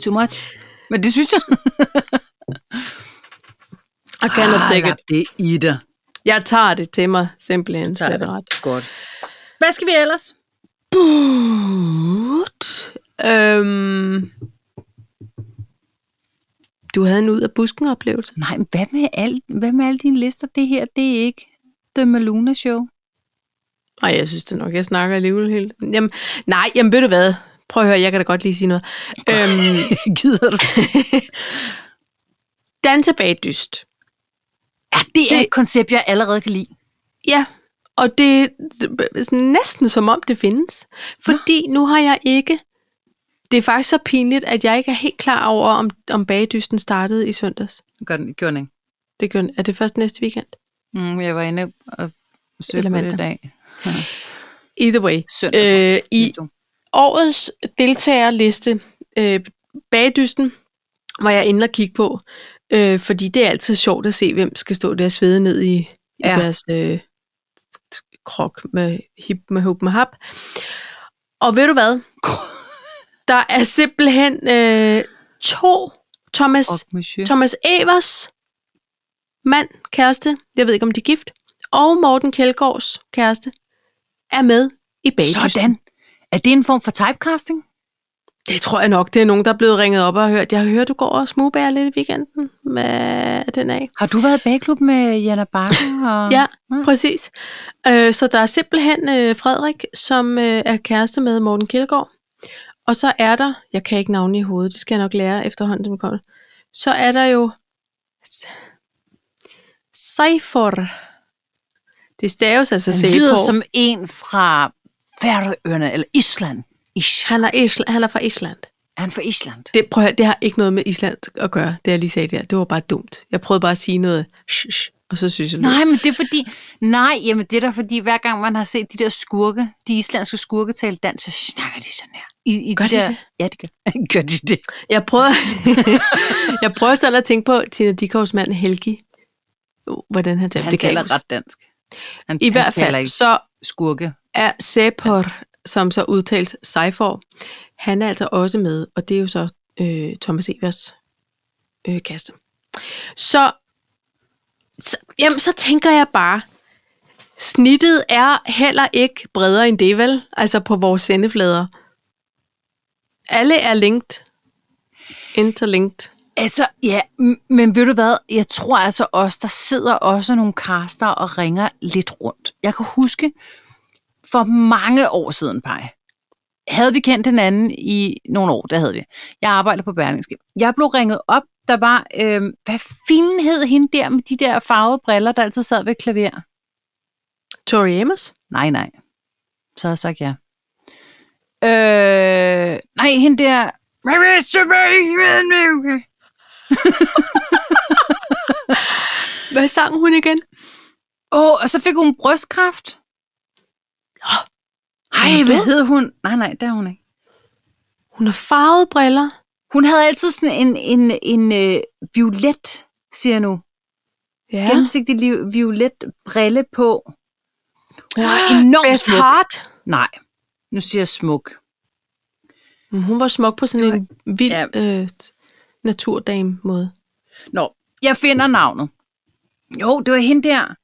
[SPEAKER 2] Too much. Men det synes jeg.
[SPEAKER 1] I cannot take it.
[SPEAKER 2] det i dig.
[SPEAKER 1] Jeg tager det til mig, simpelthen.
[SPEAKER 2] Tager
[SPEAKER 1] Tager
[SPEAKER 2] det.
[SPEAKER 1] det ret.
[SPEAKER 2] Godt. Hvad skal vi ellers?
[SPEAKER 1] But, øhm, du havde en ud af busken oplevelse.
[SPEAKER 2] Nej, men hvad med, al, hvad med alle dine lister? Det her, det er ikke The Maluna Show.
[SPEAKER 1] Nej, jeg synes det nok, jeg snakker alligevel helt. Jamen, nej, jamen ved du hvad? Prøv at høre, jeg kan da godt lige sige noget. Øhm,
[SPEAKER 2] Gider du?
[SPEAKER 1] danse bag dyst.
[SPEAKER 2] Ja, det er
[SPEAKER 1] Det-
[SPEAKER 2] et koncept, jeg allerede kan lide.
[SPEAKER 1] Ja, og det er sådan næsten som om det findes. Fordi nu har jeg ikke... Det er faktisk så pinligt, at jeg ikke er helt klar over, om, om bagedysten startede i søndags.
[SPEAKER 2] Gør den, gjorde den ikke.
[SPEAKER 1] Det gør, er det først næste weekend?
[SPEAKER 2] Mm, jeg var inde og søgte
[SPEAKER 1] Eller
[SPEAKER 2] på det i
[SPEAKER 1] mandag.
[SPEAKER 2] dag.
[SPEAKER 1] Either way.
[SPEAKER 2] Søndag.
[SPEAKER 1] Øh, I
[SPEAKER 2] tror jeg.
[SPEAKER 1] årets deltagerliste, øh, bagdysten, var jeg inde og kigge på, øh, fordi det er altid sjovt at se, hvem skal stå der og svede ned i, i
[SPEAKER 2] Ja.
[SPEAKER 1] ja. deres øh, krok med hip med hop med hap. Og ved du hvad? Der er simpelthen øh, to Thomas
[SPEAKER 2] Og monsieur.
[SPEAKER 1] Thomas Evers mand, kæreste, jeg ved ikke om de er gift, og Morten Kjeldgaards kæreste, er med i bagdysten.
[SPEAKER 2] Sådan. Er det en form for typecasting?
[SPEAKER 1] Det tror jeg nok. Det er nogen, der er blevet ringet op og hørt. Jeg har hørt, du går og smugbærer lidt i weekenden med den af.
[SPEAKER 2] Har du været i bagklub med Jana Bakker? Og...
[SPEAKER 1] Ja, præcis. Øh, så der er simpelthen øh, Frederik, som øh, er kæreste med Morten Kjeldgaard. Og så er der, jeg kan ikke navne i hovedet, det skal jeg nok lære efterhånden, som kommer. Så er der jo Seifor. Det staves altså
[SPEAKER 2] Han lyder
[SPEAKER 1] Seifor.
[SPEAKER 2] som en fra Færøerne eller Island. Ish.
[SPEAKER 1] Han er, Isla- han er fra Island.
[SPEAKER 2] Er han fra Island?
[SPEAKER 1] Det, prøv at høre, det har ikke noget med Island at gøre, det jeg lige sagde der. Det var bare dumt. Jeg prøvede bare at sige noget, sh, sh, og så synes jeg, det lød.
[SPEAKER 2] Nej, men det er fordi... Nej, jamen det er da fordi, hver gang man har set de der skurke, de islandske skurke tale dansk, så snakker de sådan her. I, i
[SPEAKER 1] Gør de
[SPEAKER 2] der,
[SPEAKER 1] det?
[SPEAKER 2] Ja, det gør. gør de det.
[SPEAKER 1] jeg prøver, jeg prøver sådan at tænke på Tina Dickows mand Helgi. Uh, Hvordan han taler.
[SPEAKER 2] Han
[SPEAKER 1] Det kan jeg
[SPEAKER 2] taler
[SPEAKER 1] ikke huske.
[SPEAKER 2] ret dansk. Han,
[SPEAKER 1] I
[SPEAKER 2] han
[SPEAKER 1] hvert
[SPEAKER 2] taler
[SPEAKER 1] fald,
[SPEAKER 2] ikke
[SPEAKER 1] så
[SPEAKER 2] skurke.
[SPEAKER 1] er Sæpor, som så udtales Seifor, han er altså også med, og det er jo så øh, Thomas Evers øh, kaste. Så, så, jamen, så tænker jeg bare, snittet er heller ikke bredere end det, vel? Altså på vores sendeflader. Alle er linked. Interlinked.
[SPEAKER 2] Altså, ja, m- men ved du hvad? Jeg tror altså også, der sidder også nogle kaster og ringer lidt rundt. Jeg kan huske, for mange år siden, Paj, havde vi kendt den anden i nogle år, der havde vi. Jeg arbejder på Berlingske. Jeg blev ringet op, der var, øh, hvad fanden hed hende der med de der farvede briller, der altid sad ved et klaver?
[SPEAKER 1] Tori Amos?
[SPEAKER 2] Nej, nej. Så har jeg sagt ja. Øh, nej, hende der... Where is the baby?
[SPEAKER 1] Hvad sang hun igen?
[SPEAKER 2] Åh, oh, og så fik hun brystkræft.
[SPEAKER 1] Hun
[SPEAKER 2] Ej,
[SPEAKER 1] er
[SPEAKER 2] hvad
[SPEAKER 1] død.
[SPEAKER 2] hed hun? Nej, nej, det er hun ikke.
[SPEAKER 1] Hun har farvede briller.
[SPEAKER 2] Hun havde altid sådan en, en, en øh, violet, siger jeg nu. Ja. Gennemsigtig li- violet brille på. Hun var enormt
[SPEAKER 1] Beth
[SPEAKER 2] smuk.
[SPEAKER 1] Hart.
[SPEAKER 2] Nej, nu siger jeg smuk.
[SPEAKER 1] Mm, Hun var smuk på sådan en vild
[SPEAKER 2] Ja.
[SPEAKER 1] øh, naturdame-måde.
[SPEAKER 2] Nå, jeg finder navnet. Jo, det var hende der.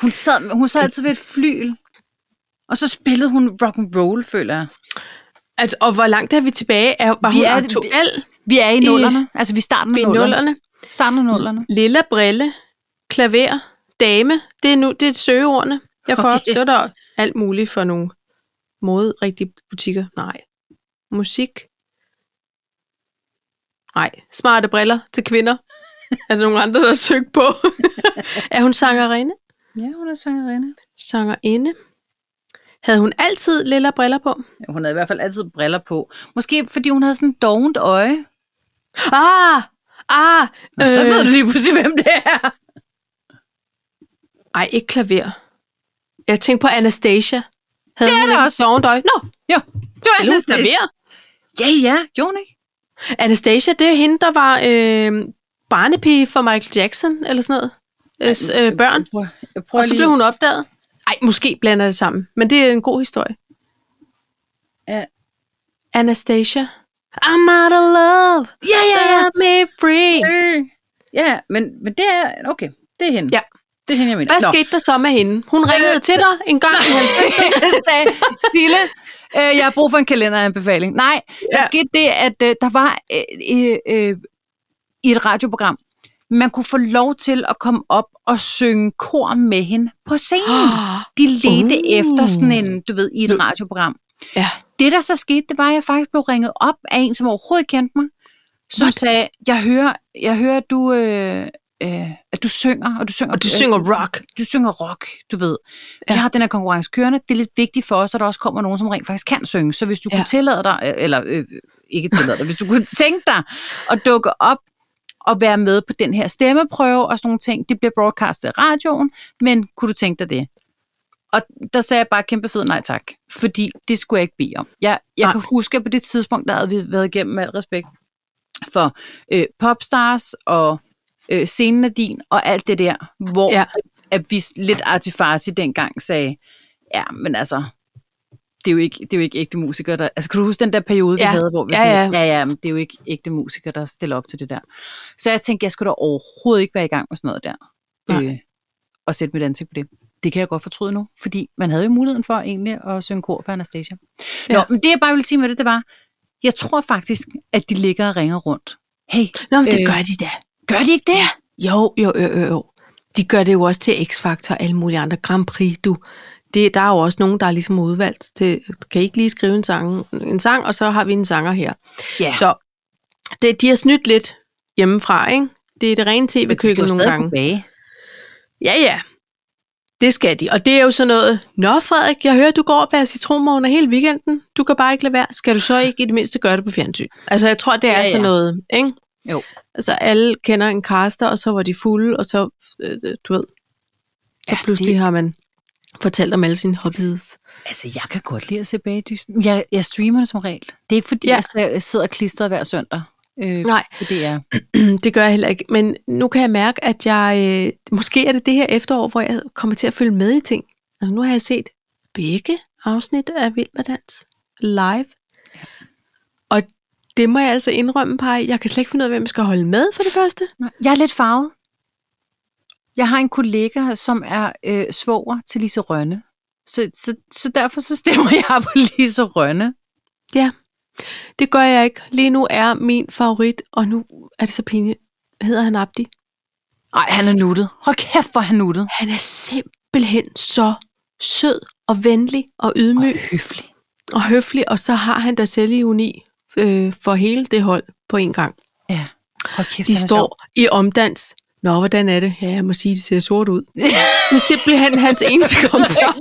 [SPEAKER 2] Hun sad, hun sad altid ved et flyl. Og så spillede hun rock and roll, føler jeg.
[SPEAKER 1] Altså, og hvor langt er vi tilbage? Er, var
[SPEAKER 2] Vi
[SPEAKER 1] vi hun
[SPEAKER 2] er-
[SPEAKER 1] er, aktuel
[SPEAKER 2] Vi er i
[SPEAKER 1] I-
[SPEAKER 2] nullerne. Altså, vi starter
[SPEAKER 1] i
[SPEAKER 2] med nullerne.
[SPEAKER 1] nullerne?
[SPEAKER 2] Starten af nullerne.
[SPEAKER 1] Lilla brille, klaver, dame. Det er nu det er søgeordene, jeg får.
[SPEAKER 2] Okay.
[SPEAKER 1] Okay. Så er der alt muligt for nogle moderigtige butikker. Nej. Musik. Nej. Smarte briller til kvinder. er der nogen andre, der har søgt på? er hun sangerinde?
[SPEAKER 2] Ja, hun er sangerinde.
[SPEAKER 1] Sangerinde. Havde hun altid lilla briller på?
[SPEAKER 2] Ja, hun havde i hvert fald altid briller på. Måske fordi hun havde sådan en dovent øje.
[SPEAKER 1] Ah! Ah!
[SPEAKER 2] Og så ved du lige pludselig, hvem det er.
[SPEAKER 1] Ej, ikke klaver. Jeg tænkte på Anastasia. Havde
[SPEAKER 2] Det er
[SPEAKER 1] hun
[SPEAKER 2] det
[SPEAKER 1] ikke
[SPEAKER 2] også.
[SPEAKER 1] Sovendøj. Nå,
[SPEAKER 2] Du er
[SPEAKER 1] spiller hun klaver.
[SPEAKER 2] Ja, ja. Jo, hun ikke?
[SPEAKER 1] Anastasia, det er hende, der var øh, barnepige for Michael Jackson, eller sådan noget. Øh, s- øh, børn.
[SPEAKER 2] Prøv, jeg prøver
[SPEAKER 1] Og så
[SPEAKER 2] lige.
[SPEAKER 1] blev hun opdaget. Ej, måske blander jeg det sammen. Men det er en god historie.
[SPEAKER 2] Ja.
[SPEAKER 1] Anastasia. I'm out of love.
[SPEAKER 2] Ja, ja, ja.
[SPEAKER 1] Set me free.
[SPEAKER 2] Øh. Ja, men, men det er... Okay, det er hende.
[SPEAKER 1] Ja.
[SPEAKER 2] Det er hende, jeg mener.
[SPEAKER 1] Hvad skete der så med hende? Hun ringede
[SPEAKER 2] Øh,
[SPEAKER 1] til dig en gang i 90'erne.
[SPEAKER 2] Jeg sagde, Stille, øh, jeg har brug for en kalenderanbefaling. Nej, ja. der
[SPEAKER 1] Ja.
[SPEAKER 2] skete det, at øh, der var øh, øh, øh, i et radioprogram, man kunne få lov til at komme op og synge kor med hende på scenen. De ledte
[SPEAKER 1] Uh.
[SPEAKER 2] uh. efter sådan en, du ved, i et radioprogram.
[SPEAKER 1] Ja.
[SPEAKER 2] Det, der så skete, det var, at jeg faktisk blev ringet op af en, som overhovedet ikke kendte mig, som
[SPEAKER 1] What?
[SPEAKER 2] sagde, jeg hører, jeg hører at, du, øh, øh, at du synger, og du synger,
[SPEAKER 1] Og du
[SPEAKER 2] øh,
[SPEAKER 1] synger rock.
[SPEAKER 2] du synger rock, du ved. Vi
[SPEAKER 1] Ja.
[SPEAKER 2] har den her konkurrence kørende. Det er lidt vigtigt for os, at der også kommer nogen, som rent faktisk kan synge. Så hvis du ja.
[SPEAKER 1] Ja.
[SPEAKER 2] kunne tillade dig, øh, eller øh, ikke tillade dig, hvis du kunne tænke dig at dukke op og være med på den her stemmeprøve og sådan nogle ting, det bliver broadcastet i radioen, men kunne du tænke dig det? Og der sagde jeg bare kæmpe fed nej tak, fordi det skulle jeg ikke bede om. Jeg, jeg
[SPEAKER 1] Nej.
[SPEAKER 2] kan huske, at på det tidspunkt, der havde vi været igennem med al respekt for øh, popstars og øh, scenen af din og alt det der, hvor ja.
[SPEAKER 1] Ja.
[SPEAKER 2] at vi lidt artifarti dengang sagde, ja, men altså, det er jo ikke, det er jo ikke ægte musikere, der... Altså, kan du huske den der periode, vi
[SPEAKER 1] Ja.
[SPEAKER 2] havde, hvor vi
[SPEAKER 1] Ja,
[SPEAKER 2] sådan, ja, ja, men det er jo ikke ægte musikere, der stiller op til det der. Så jeg tænkte, jeg skulle da overhovedet ikke være i gang med sådan noget der.
[SPEAKER 1] Nej.
[SPEAKER 2] Øh, og sætte mit ansigt på det. Det kan jeg godt fortryde nu, fordi man havde jo muligheden for egentlig at synge kor for Anastasia. Nå,
[SPEAKER 1] Ja.
[SPEAKER 2] men det jeg bare ville sige med det, det var, Jeg tror faktisk, at de ligger og ringer rundt. Hey,
[SPEAKER 1] Nå, men det
[SPEAKER 2] Øh.
[SPEAKER 1] øh. gør de da.
[SPEAKER 2] gør de ikke det?
[SPEAKER 1] Jo, jo, jo, jo, jo. De gør det jo også til X-Factor og alle mulige andre. Grand Prix, du. Det, der er jo også nogen, der er ligesom udvalgt til, kan I ikke lige skrive en sang, en sang og så har vi en sanger her.
[SPEAKER 2] Ja,
[SPEAKER 1] Så det, de har snydt lidt hjemmefra, ikke? Det er det rene
[SPEAKER 2] men de skal jo
[SPEAKER 1] tv-køkken nogle
[SPEAKER 2] stadig
[SPEAKER 1] gange.
[SPEAKER 2] Tilbage.
[SPEAKER 1] Ja, ja. Det skal de. Og det er jo sådan noget, Nå Frederik, jeg hører, du går og bærer citronmåner hele weekenden. Du kan bare ikke lade være. Skal du så ikke i det mindste gøre det på fjernsyn? Altså, jeg tror, det er
[SPEAKER 2] Ja,
[SPEAKER 1] ja,
[SPEAKER 2] ja.
[SPEAKER 1] sådan noget, ikke?
[SPEAKER 2] Jo.
[SPEAKER 1] Altså, alle kender en kaster, og så var de fulde, og så, øh, øh, du ved, så
[SPEAKER 2] Ja,
[SPEAKER 1] ja, pludselig det... har man fortalt om alle sine hobbies.
[SPEAKER 2] Altså, jeg kan godt lide at se bagdysten. Jeg, jeg streamer det som regel. Det er ikke fordi,
[SPEAKER 1] Ja.
[SPEAKER 2] ja. jeg sidder klistret hver søndag. Øh,
[SPEAKER 1] Nej.
[SPEAKER 2] på DR.
[SPEAKER 1] det gør jeg heller ikke. Men nu kan jeg mærke, at jeg, øh, måske er det det her efterår, hvor jeg kommer til at følge med i ting. Altså, nu har jeg set begge afsnit af Vild med Dans live. Og det må jeg altså indrømme, Paj. Jeg kan slet ikke finde ud af, hvem jeg skal holde med for det første.
[SPEAKER 2] Nej, Jeg er lidt farvet. Jeg har en kollega, som er øh, svoger til Lise Rønne. Så, så, så derfor så stemmer jeg på Lise Rønne.
[SPEAKER 1] Det gør jeg ikke. Lige nu er min favorit, og nu er det så pinligt, hedder han Abdi.
[SPEAKER 2] Nej, han er nuttet. Hold kæft, hvor er han nuttet.
[SPEAKER 1] Han er simpelthen så sød og venlig og ydmyg.
[SPEAKER 2] Hyflig.
[SPEAKER 1] og høflig, og så har han da selvironi øh, for hele det hold på en gang.
[SPEAKER 2] Ja. Hold kæft,
[SPEAKER 1] De
[SPEAKER 2] han er sjov.
[SPEAKER 1] står i omdans. Nå, hvordan er det? Ja, jeg må sige, det ser sort ud. Men simpelthen hans eneste kommentar.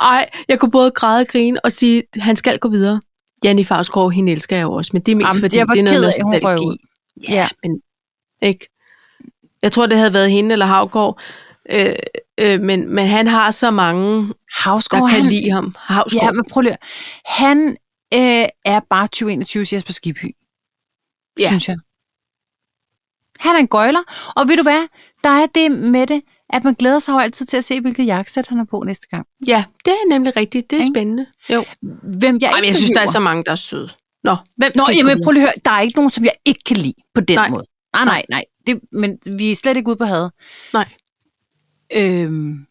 [SPEAKER 1] Ej, jeg kunne både græde og grine og sige, han skal gå videre. Janni Farsgaard, hende elsker jeg jo også, men det er mest
[SPEAKER 2] Jamen,
[SPEAKER 1] fordi,
[SPEAKER 2] jeg var
[SPEAKER 1] det er noget
[SPEAKER 2] ked af, at hun røg
[SPEAKER 1] nostalgi.
[SPEAKER 2] ud.
[SPEAKER 1] Ja, ja, men ikke. Jeg tror, det havde været hende eller Havgård, øh, øh, men, men han har så mange, der
[SPEAKER 2] Havsgaard,
[SPEAKER 1] kan
[SPEAKER 2] han,
[SPEAKER 1] lide ham. Havsgaard.
[SPEAKER 2] Ja, men prøv lige. at- Han øh, er bare 2021 Jesper Skibby. Ja.
[SPEAKER 1] Ja.
[SPEAKER 2] Synes jeg. Han er en gøjler. Og ved du hvad? Der er det med det, at man glæder sig jo altid til at se, hvilket jakkesæt han er på næste gang.
[SPEAKER 1] ja, det er nemlig rigtigt. Det er
[SPEAKER 2] Ikke?
[SPEAKER 1] spændende. Jo.
[SPEAKER 2] Hvem jeg
[SPEAKER 1] Ej,
[SPEAKER 2] ikke
[SPEAKER 1] men jeg synes, der er
[SPEAKER 2] behøver.
[SPEAKER 1] så mange, der er søde. Nå, hvem
[SPEAKER 2] Nå,
[SPEAKER 1] skal
[SPEAKER 2] jamen
[SPEAKER 1] gå
[SPEAKER 2] prøv lige at høre. Der er ikke nogen, som jeg ikke kan lide på den
[SPEAKER 1] Nej.
[SPEAKER 2] måde. Nej, nej, nej. Det, men vi er slet ikke ude på had.
[SPEAKER 1] Nej.
[SPEAKER 2] Øhm.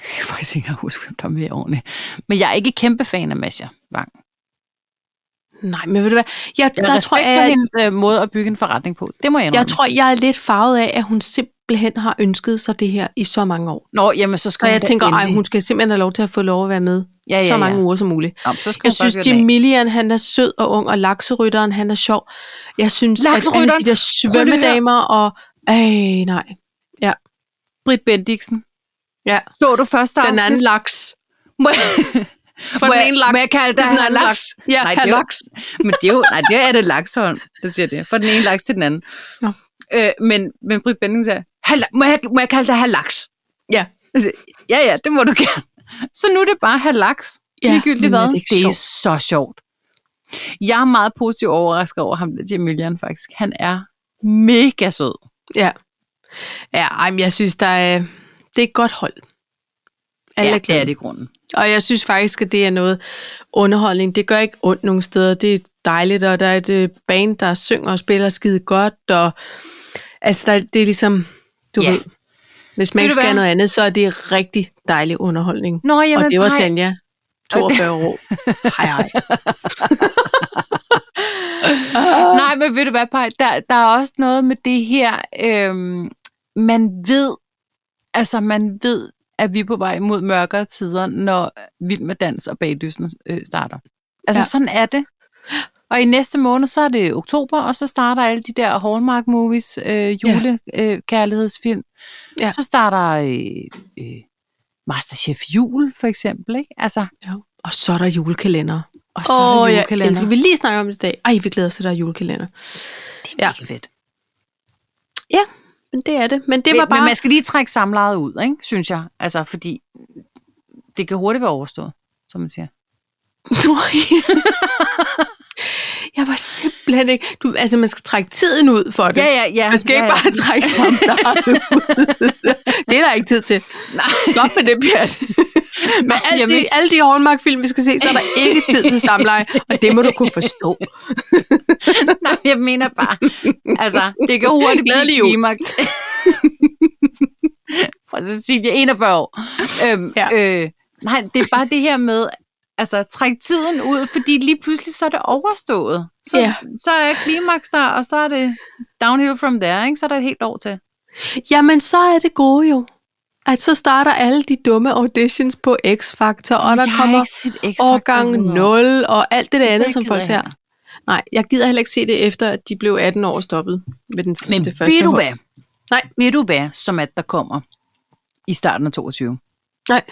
[SPEAKER 2] Jeg kan faktisk ikke engang huske, hvem der er med ordentligt. Men jeg er ikke kæmpe fan af Masha Wang.
[SPEAKER 1] videre? Nej, men ved du hvad? Jeg,
[SPEAKER 2] Jeg
[SPEAKER 1] jeg,
[SPEAKER 2] har
[SPEAKER 1] der tror,
[SPEAKER 2] respekt for
[SPEAKER 1] jeg,
[SPEAKER 2] hendes øh, måde at bygge en forretning på. Det må jeg
[SPEAKER 1] jeg
[SPEAKER 2] indrømme.
[SPEAKER 1] tror, jeg er lidt farvet af, at hun simpelthen har ønsket sig det her i så mange år.
[SPEAKER 2] Nå, jamen, så skal
[SPEAKER 1] Så
[SPEAKER 2] hun
[SPEAKER 1] jeg
[SPEAKER 2] da
[SPEAKER 1] tænker, ej,
[SPEAKER 2] endelig-
[SPEAKER 1] hun skal simpelthen have lov til at få lov at være med
[SPEAKER 2] ja, ja,
[SPEAKER 1] så
[SPEAKER 2] ja.
[SPEAKER 1] mange uger som muligt.
[SPEAKER 2] Nå, så skal hun
[SPEAKER 1] Jeg
[SPEAKER 2] bare
[SPEAKER 1] synes,
[SPEAKER 2] gøre det
[SPEAKER 1] Jim
[SPEAKER 2] af.
[SPEAKER 1] Millian, han er sød og ung, og lakserytteren, han er sjov. Jeg synes, at alle
[SPEAKER 2] Lakserytteren!
[SPEAKER 1] de der svømmedamer og... Ej, nej.
[SPEAKER 2] Britt Bendiksen.
[SPEAKER 1] Ja.
[SPEAKER 2] Så du første
[SPEAKER 1] Den anden laks.
[SPEAKER 2] Må jeg,
[SPEAKER 1] For
[SPEAKER 2] må
[SPEAKER 1] den
[SPEAKER 2] jeg-
[SPEAKER 1] ene laks.
[SPEAKER 2] Må jeg kalde dig
[SPEAKER 1] den
[SPEAKER 2] herr
[SPEAKER 1] anden
[SPEAKER 2] laks?
[SPEAKER 1] Ja,
[SPEAKER 2] Nej,
[SPEAKER 1] nej,
[SPEAKER 2] det er jo-
[SPEAKER 1] laks.
[SPEAKER 2] Men det er jo, nej, det er det Laksholm, der siger det. Fra den ene laks til den anden.
[SPEAKER 1] Nå.
[SPEAKER 2] Øh, men, men Britt Bending siger, "Hal- må jeg, må jeg kalde dig halaks?
[SPEAKER 1] Ja.
[SPEAKER 2] Altså, ja, ja, det må du gerne. Så nu er det bare halaks.
[SPEAKER 1] Ja,
[SPEAKER 2] Ligegyldigt
[SPEAKER 1] men er
[SPEAKER 2] hvad.
[SPEAKER 1] det
[SPEAKER 2] Det,
[SPEAKER 1] ikke
[SPEAKER 2] det er
[SPEAKER 1] sjovt?
[SPEAKER 2] så sjort. Jeg er meget positivt overrasket over ham, Jim Millian faktisk. Han er mega sød.
[SPEAKER 1] Ja. Ja, ej, men jeg synes, der er, det er et godt hold. Alle
[SPEAKER 2] ja,
[SPEAKER 1] er
[SPEAKER 2] det
[SPEAKER 1] glade.
[SPEAKER 2] er det i grunden.
[SPEAKER 1] Og jeg synes faktisk, at det er noget underholdning. Det gør ikke ondt nogen steder. Det er dejligt, og der er et øh, band, der synger og spiller skide godt. Og, altså, der, det er ligesom, du
[SPEAKER 2] Ja.
[SPEAKER 1] ja. ved, hvis man
[SPEAKER 2] Ved
[SPEAKER 1] ikke
[SPEAKER 2] du
[SPEAKER 1] skal
[SPEAKER 2] hvad?
[SPEAKER 1] noget andet, så er det rigtig dejlig underholdning.
[SPEAKER 2] Nå, jamen,
[SPEAKER 1] og det var
[SPEAKER 2] nej.
[SPEAKER 1] Tanja, 42 år. Hej, hej.
[SPEAKER 2] Nej, men ved du hvad, Paj? Der, der er også noget med det her, øhm, man ved, altså man ved, at vi er på vej mod mørkere tider, når Vild med Dans og Bagdysten øh, starter. Altså ja.
[SPEAKER 1] Ja.
[SPEAKER 2] sådan er det. Og i næste måned, så er det oktober, og så starter alle de der Hallmark-movies, øh, julekærlighedsfilm. Ja.
[SPEAKER 1] Ja.
[SPEAKER 2] Så starter øh, øh, Masterchef Jul, for eksempel. Ikke? Altså,
[SPEAKER 1] Ja. Og så er der julekalender.
[SPEAKER 2] og så oh, er
[SPEAKER 1] Åh,
[SPEAKER 2] der
[SPEAKER 1] jeg
[SPEAKER 2] julekalender.
[SPEAKER 1] elsker. Vi lige snakker om det i dag. Ej, vi glæder os til, at der er julekalender.
[SPEAKER 2] det er
[SPEAKER 1] ja.
[SPEAKER 2] mega fedt.
[SPEAKER 1] Men det er det. Men det
[SPEAKER 2] men,
[SPEAKER 1] var bare...
[SPEAKER 2] men man skal lige trække samlejet ud, ikke? synes jeg. Altså, fordi det kan hurtigt være overstået, som man siger.
[SPEAKER 1] Nej. jeg var simpelthen ikke... Du, altså, man skal trække tiden ud for det.
[SPEAKER 2] ja, ja.
[SPEAKER 1] Man skal
[SPEAKER 2] ja,
[SPEAKER 1] ikke
[SPEAKER 2] ja.
[SPEAKER 1] bare trække sammen. det er der ikke tid til.
[SPEAKER 2] Nej.
[SPEAKER 1] Stop med det, Pjat. Med alle de, alle de Hallmark-film, vi skal se, så er der ikke tid til samleje. Og det må du kunne forstå.
[SPEAKER 2] Nej, jeg mener bare, altså, det kan hurtigt
[SPEAKER 1] Glædelig
[SPEAKER 2] blive
[SPEAKER 1] jul.
[SPEAKER 2] klimak. Fra Cecilia, 41 år. Øhm, ja.
[SPEAKER 1] Ja.
[SPEAKER 2] øh, nej, det er bare det her med, altså, trække tiden ud, fordi lige pludselig så er det overstået. Så,
[SPEAKER 1] Ja.
[SPEAKER 2] så er klimaks der, og så er det downhill from there, ikke? så er der et helt år til.
[SPEAKER 1] Jamen, så er det gode jo. At så starter alle de dumme auditions på X-Factor, og der
[SPEAKER 2] Jeg har
[SPEAKER 1] kommer
[SPEAKER 2] ikke set X-Factor i
[SPEAKER 1] årgang
[SPEAKER 2] hundrede år.
[SPEAKER 1] 0 og alt det der andet,
[SPEAKER 2] Det
[SPEAKER 1] som folk
[SPEAKER 2] gider jeg
[SPEAKER 1] ser. Nej, jeg gider heller ikke se det efter, at de blev 18 år og stoppet med den,
[SPEAKER 2] Men
[SPEAKER 1] det første
[SPEAKER 2] ved du
[SPEAKER 1] hold.
[SPEAKER 2] hvad? Nej, ved du hvad, som at der kommer i starten af 22?
[SPEAKER 1] Nej.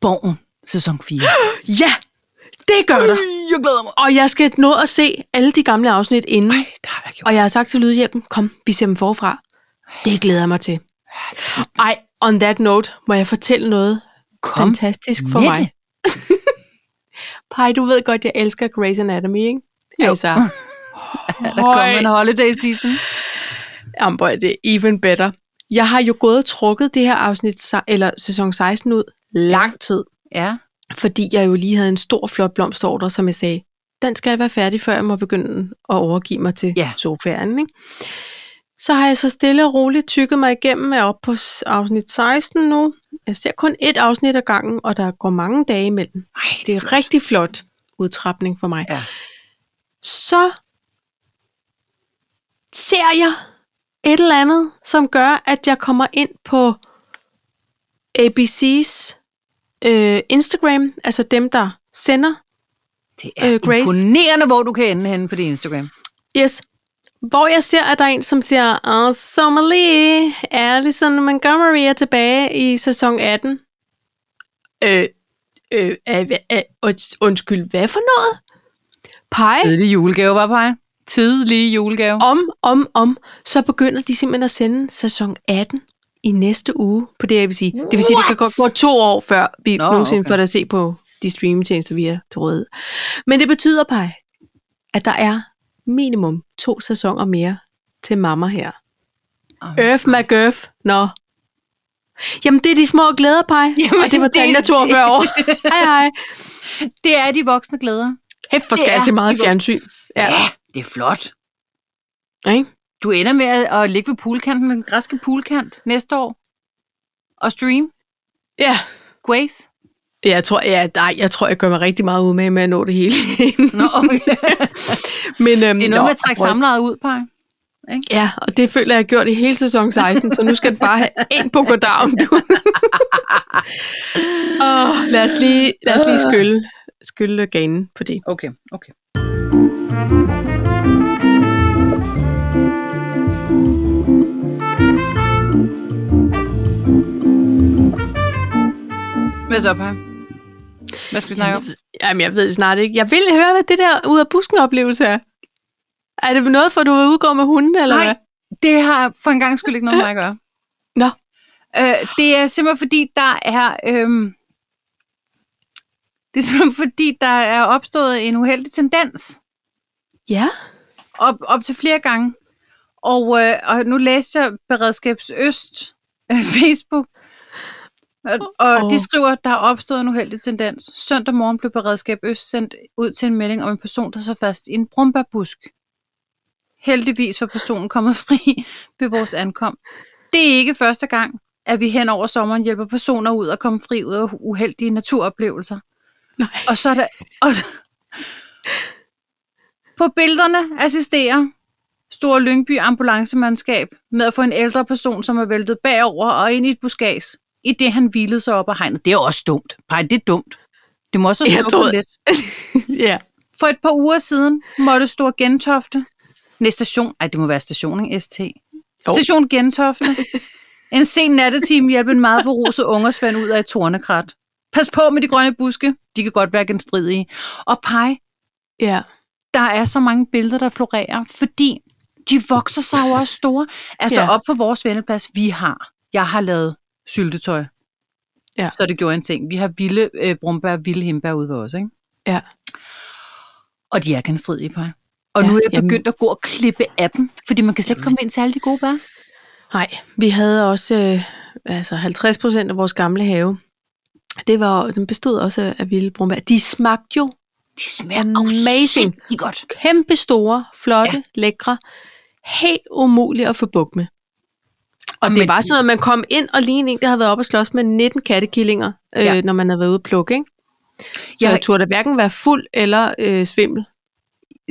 [SPEAKER 2] Borgen, sæson 4.
[SPEAKER 1] Ja, det gør der.
[SPEAKER 2] jeg glæder mig.
[SPEAKER 1] Og jeg skal nå at se alle de gamle afsnit inden.
[SPEAKER 2] Nej, det har jeg gjort.
[SPEAKER 1] Og jeg har sagt til Lydhjælpen, kom, vi ser dem forfra. Det glæder jeg mig til. Ej, on that note, må jeg fortælle noget
[SPEAKER 2] Kom
[SPEAKER 1] fantastisk for
[SPEAKER 2] med
[SPEAKER 1] mig.
[SPEAKER 2] det.
[SPEAKER 1] Pej, du ved godt, jeg elsker Grey's Anatomy, ikke?
[SPEAKER 2] Jo.
[SPEAKER 1] Altså,
[SPEAKER 2] Er der kommet
[SPEAKER 1] Høj.
[SPEAKER 2] en holiday season?
[SPEAKER 1] jamen, boy, det er even better. Jeg har jo gået og trukket det her afsnit, se- eller sæson 16 ud, lang tid.
[SPEAKER 2] Ja.
[SPEAKER 1] Fordi jeg jo lige havde en stor, flot blomsterorder, som jeg sagde, den skal jeg være færdig, før jeg må begynde at overgive mig til
[SPEAKER 2] Ja.
[SPEAKER 1] sofaen, ikke? Så har jeg så stille og roligt tykket mig igennem, jeg er oppe på s- afsnit 16 nu. Jeg ser kun et afsnit ad gangen, og der går mange dage imellem.
[SPEAKER 2] Ej,
[SPEAKER 1] Det er rigtig flot udtrapning for mig.
[SPEAKER 2] Ja.
[SPEAKER 1] Så ser jeg et eller andet, som gør, at jeg kommer ind på ABC's øh, Instagram, altså dem, der sender.
[SPEAKER 2] det er
[SPEAKER 1] øh, Grace.
[SPEAKER 2] imponerende, hvor du kan ende henne på din Instagram.
[SPEAKER 1] Yes. Hvor jeg ser, at der er en, som siger, Åh, Sommerli, Alison Montgomery er tilbage i sæson 18. Øh, øh, øh, øh, unds- undskyld, hvad for noget? Pej?
[SPEAKER 2] Tidlig julegave, var Paj. Tidlig julegave.
[SPEAKER 1] om, om, om, så begynder de simpelthen at sende sæson 18 i næste uge på det, jeg vil sige. Det vil sige, det kan
[SPEAKER 2] What?
[SPEAKER 1] godt gå to år, før vi
[SPEAKER 2] Nå,
[SPEAKER 1] Nå, nogensinde
[SPEAKER 2] okay.
[SPEAKER 1] okay. får det at se på de streamingtjenester, vi er til rådighed. Men det betyder bare, at der er minimum to sæsoner mere til mamma her.
[SPEAKER 2] Oh.
[SPEAKER 1] Øf, McGøf, nå. Jamen, det er de små glæder, Paj.
[SPEAKER 2] Jamen,
[SPEAKER 1] og det var
[SPEAKER 2] det-
[SPEAKER 1] Tanja 42 år. hej, hej.
[SPEAKER 2] Det er de voksne glæder.
[SPEAKER 1] Hæft, for
[SPEAKER 2] Det
[SPEAKER 1] skal jeg
[SPEAKER 2] er
[SPEAKER 1] se meget
[SPEAKER 2] de-
[SPEAKER 1] fjernsyn. Ja.
[SPEAKER 2] det er flot.
[SPEAKER 1] Ikke?
[SPEAKER 2] Du ender med at at ligge ved poolkanten, den græske poolkant, næste år. Og stream.
[SPEAKER 1] Ja.
[SPEAKER 2] Grace.
[SPEAKER 1] Ja, Jeg tror, ja, nej, jeg tror, jeg gør mig rigtig meget umage med at nå det hele.
[SPEAKER 2] Nå, okay.
[SPEAKER 1] Men, øhm,
[SPEAKER 2] Det er noget
[SPEAKER 1] nå,
[SPEAKER 2] med at trække
[SPEAKER 1] prøv-
[SPEAKER 2] samleret ud, Paj.
[SPEAKER 1] Ja, og det føler jeg, jeg har gjort i hele sæson 16, så nu skal det bare have en på goddagen, du. oh, lad, os lige, lad os lige skylle, skylle ganen på det.
[SPEAKER 2] Okay, okay. Hvad så, Paj? Hvad skal vi snakke om?
[SPEAKER 1] Jamen, jeg ved snart ikke. Jeg vil høre, hvad det der ud af busken oplevelse er. Er det noget for, at du vil udgå med hunden, eller
[SPEAKER 2] Nej,
[SPEAKER 1] hvad?
[SPEAKER 2] det har for en gang skyld ikke noget med mig at gøre.
[SPEAKER 1] Nå.
[SPEAKER 2] Øh, det er simpelthen fordi, der er... Øhm, det er simpelthen fordi, der er opstået en uheldig tendens
[SPEAKER 1] Ja.
[SPEAKER 2] op, op til flere gange. Og, øh, og nu læser jeg Beredskabs Øst øh, Facebook, og, og oh.
[SPEAKER 1] Åh.
[SPEAKER 2] de skriver, at der er opstået en uheldig tendens. Søndag morgen blev Beredskab Øst sendt ud til en melding om en person, der så fast i en brumbabusk. Heldigvis var personen kommet fri ved vores ankom. Det er ikke første gang, at vi hen over sommeren hjælper personer ud og komme fri ud af uheldige naturoplevelser.
[SPEAKER 1] Nej.
[SPEAKER 2] Og så er der... Og, på billederne assisterer Store Lyngby ambulancemandskab med at få en ældre person, som er væltet bagover og ind i et buskads, i det han hvilede sig op af hegnet. Det er også dumt. Nej, det er dumt. Det må også
[SPEAKER 1] Jeg
[SPEAKER 2] slukke
[SPEAKER 1] troede-
[SPEAKER 2] lidt.
[SPEAKER 1] ja.
[SPEAKER 2] For et par uger siden måtte Stor Gentofte, næ station, ej det må være station, ikke? ST.
[SPEAKER 1] Jo.
[SPEAKER 2] Station Gentofte. en sen nattetime hjælpe en meget beruset ungersvand ud af et tornekrat. Pas på med de grønne buske, de kan godt være genstridige. Og pej,
[SPEAKER 1] Ja.
[SPEAKER 2] der er så mange billeder, der florerer, fordi de vokser sig jo også store. Altså ja.
[SPEAKER 1] Ja.
[SPEAKER 2] op på vores venneplads, vi har, jeg har lavet syltetøj.
[SPEAKER 1] Ja.
[SPEAKER 2] Så det gjorde en ting. Vi har vilde øh, brumbær, vilde hembær ude ved os, ikke?
[SPEAKER 1] Ja.
[SPEAKER 2] Og de er genstridige på. Og ja,
[SPEAKER 1] Ja,
[SPEAKER 2] nu er jeg
[SPEAKER 1] jamen.
[SPEAKER 2] begyndt at gå og klippe af dem, fordi man kan slet ikke komme ind til alle de gode bær.
[SPEAKER 1] Nej, vi havde også øh, altså 50 procent af vores gamle have. Det var, den bestod også af vilde brumbær. De smagte jo
[SPEAKER 2] De smager
[SPEAKER 1] Amazing.
[SPEAKER 2] amazing. De godt.
[SPEAKER 1] kæmpe store, flotte, ja. lækre, helt umulige at få buk med. Og det
[SPEAKER 2] Men-
[SPEAKER 1] var sådan noget, man kom ind og lige en, der havde været op og slås med 19 kattekillinger, øh,
[SPEAKER 2] Ja.
[SPEAKER 1] når man havde været ude at plukke. Ikke? Så
[SPEAKER 2] Jeg-
[SPEAKER 1] jeg turde da hverken være fuld eller øh, svimmel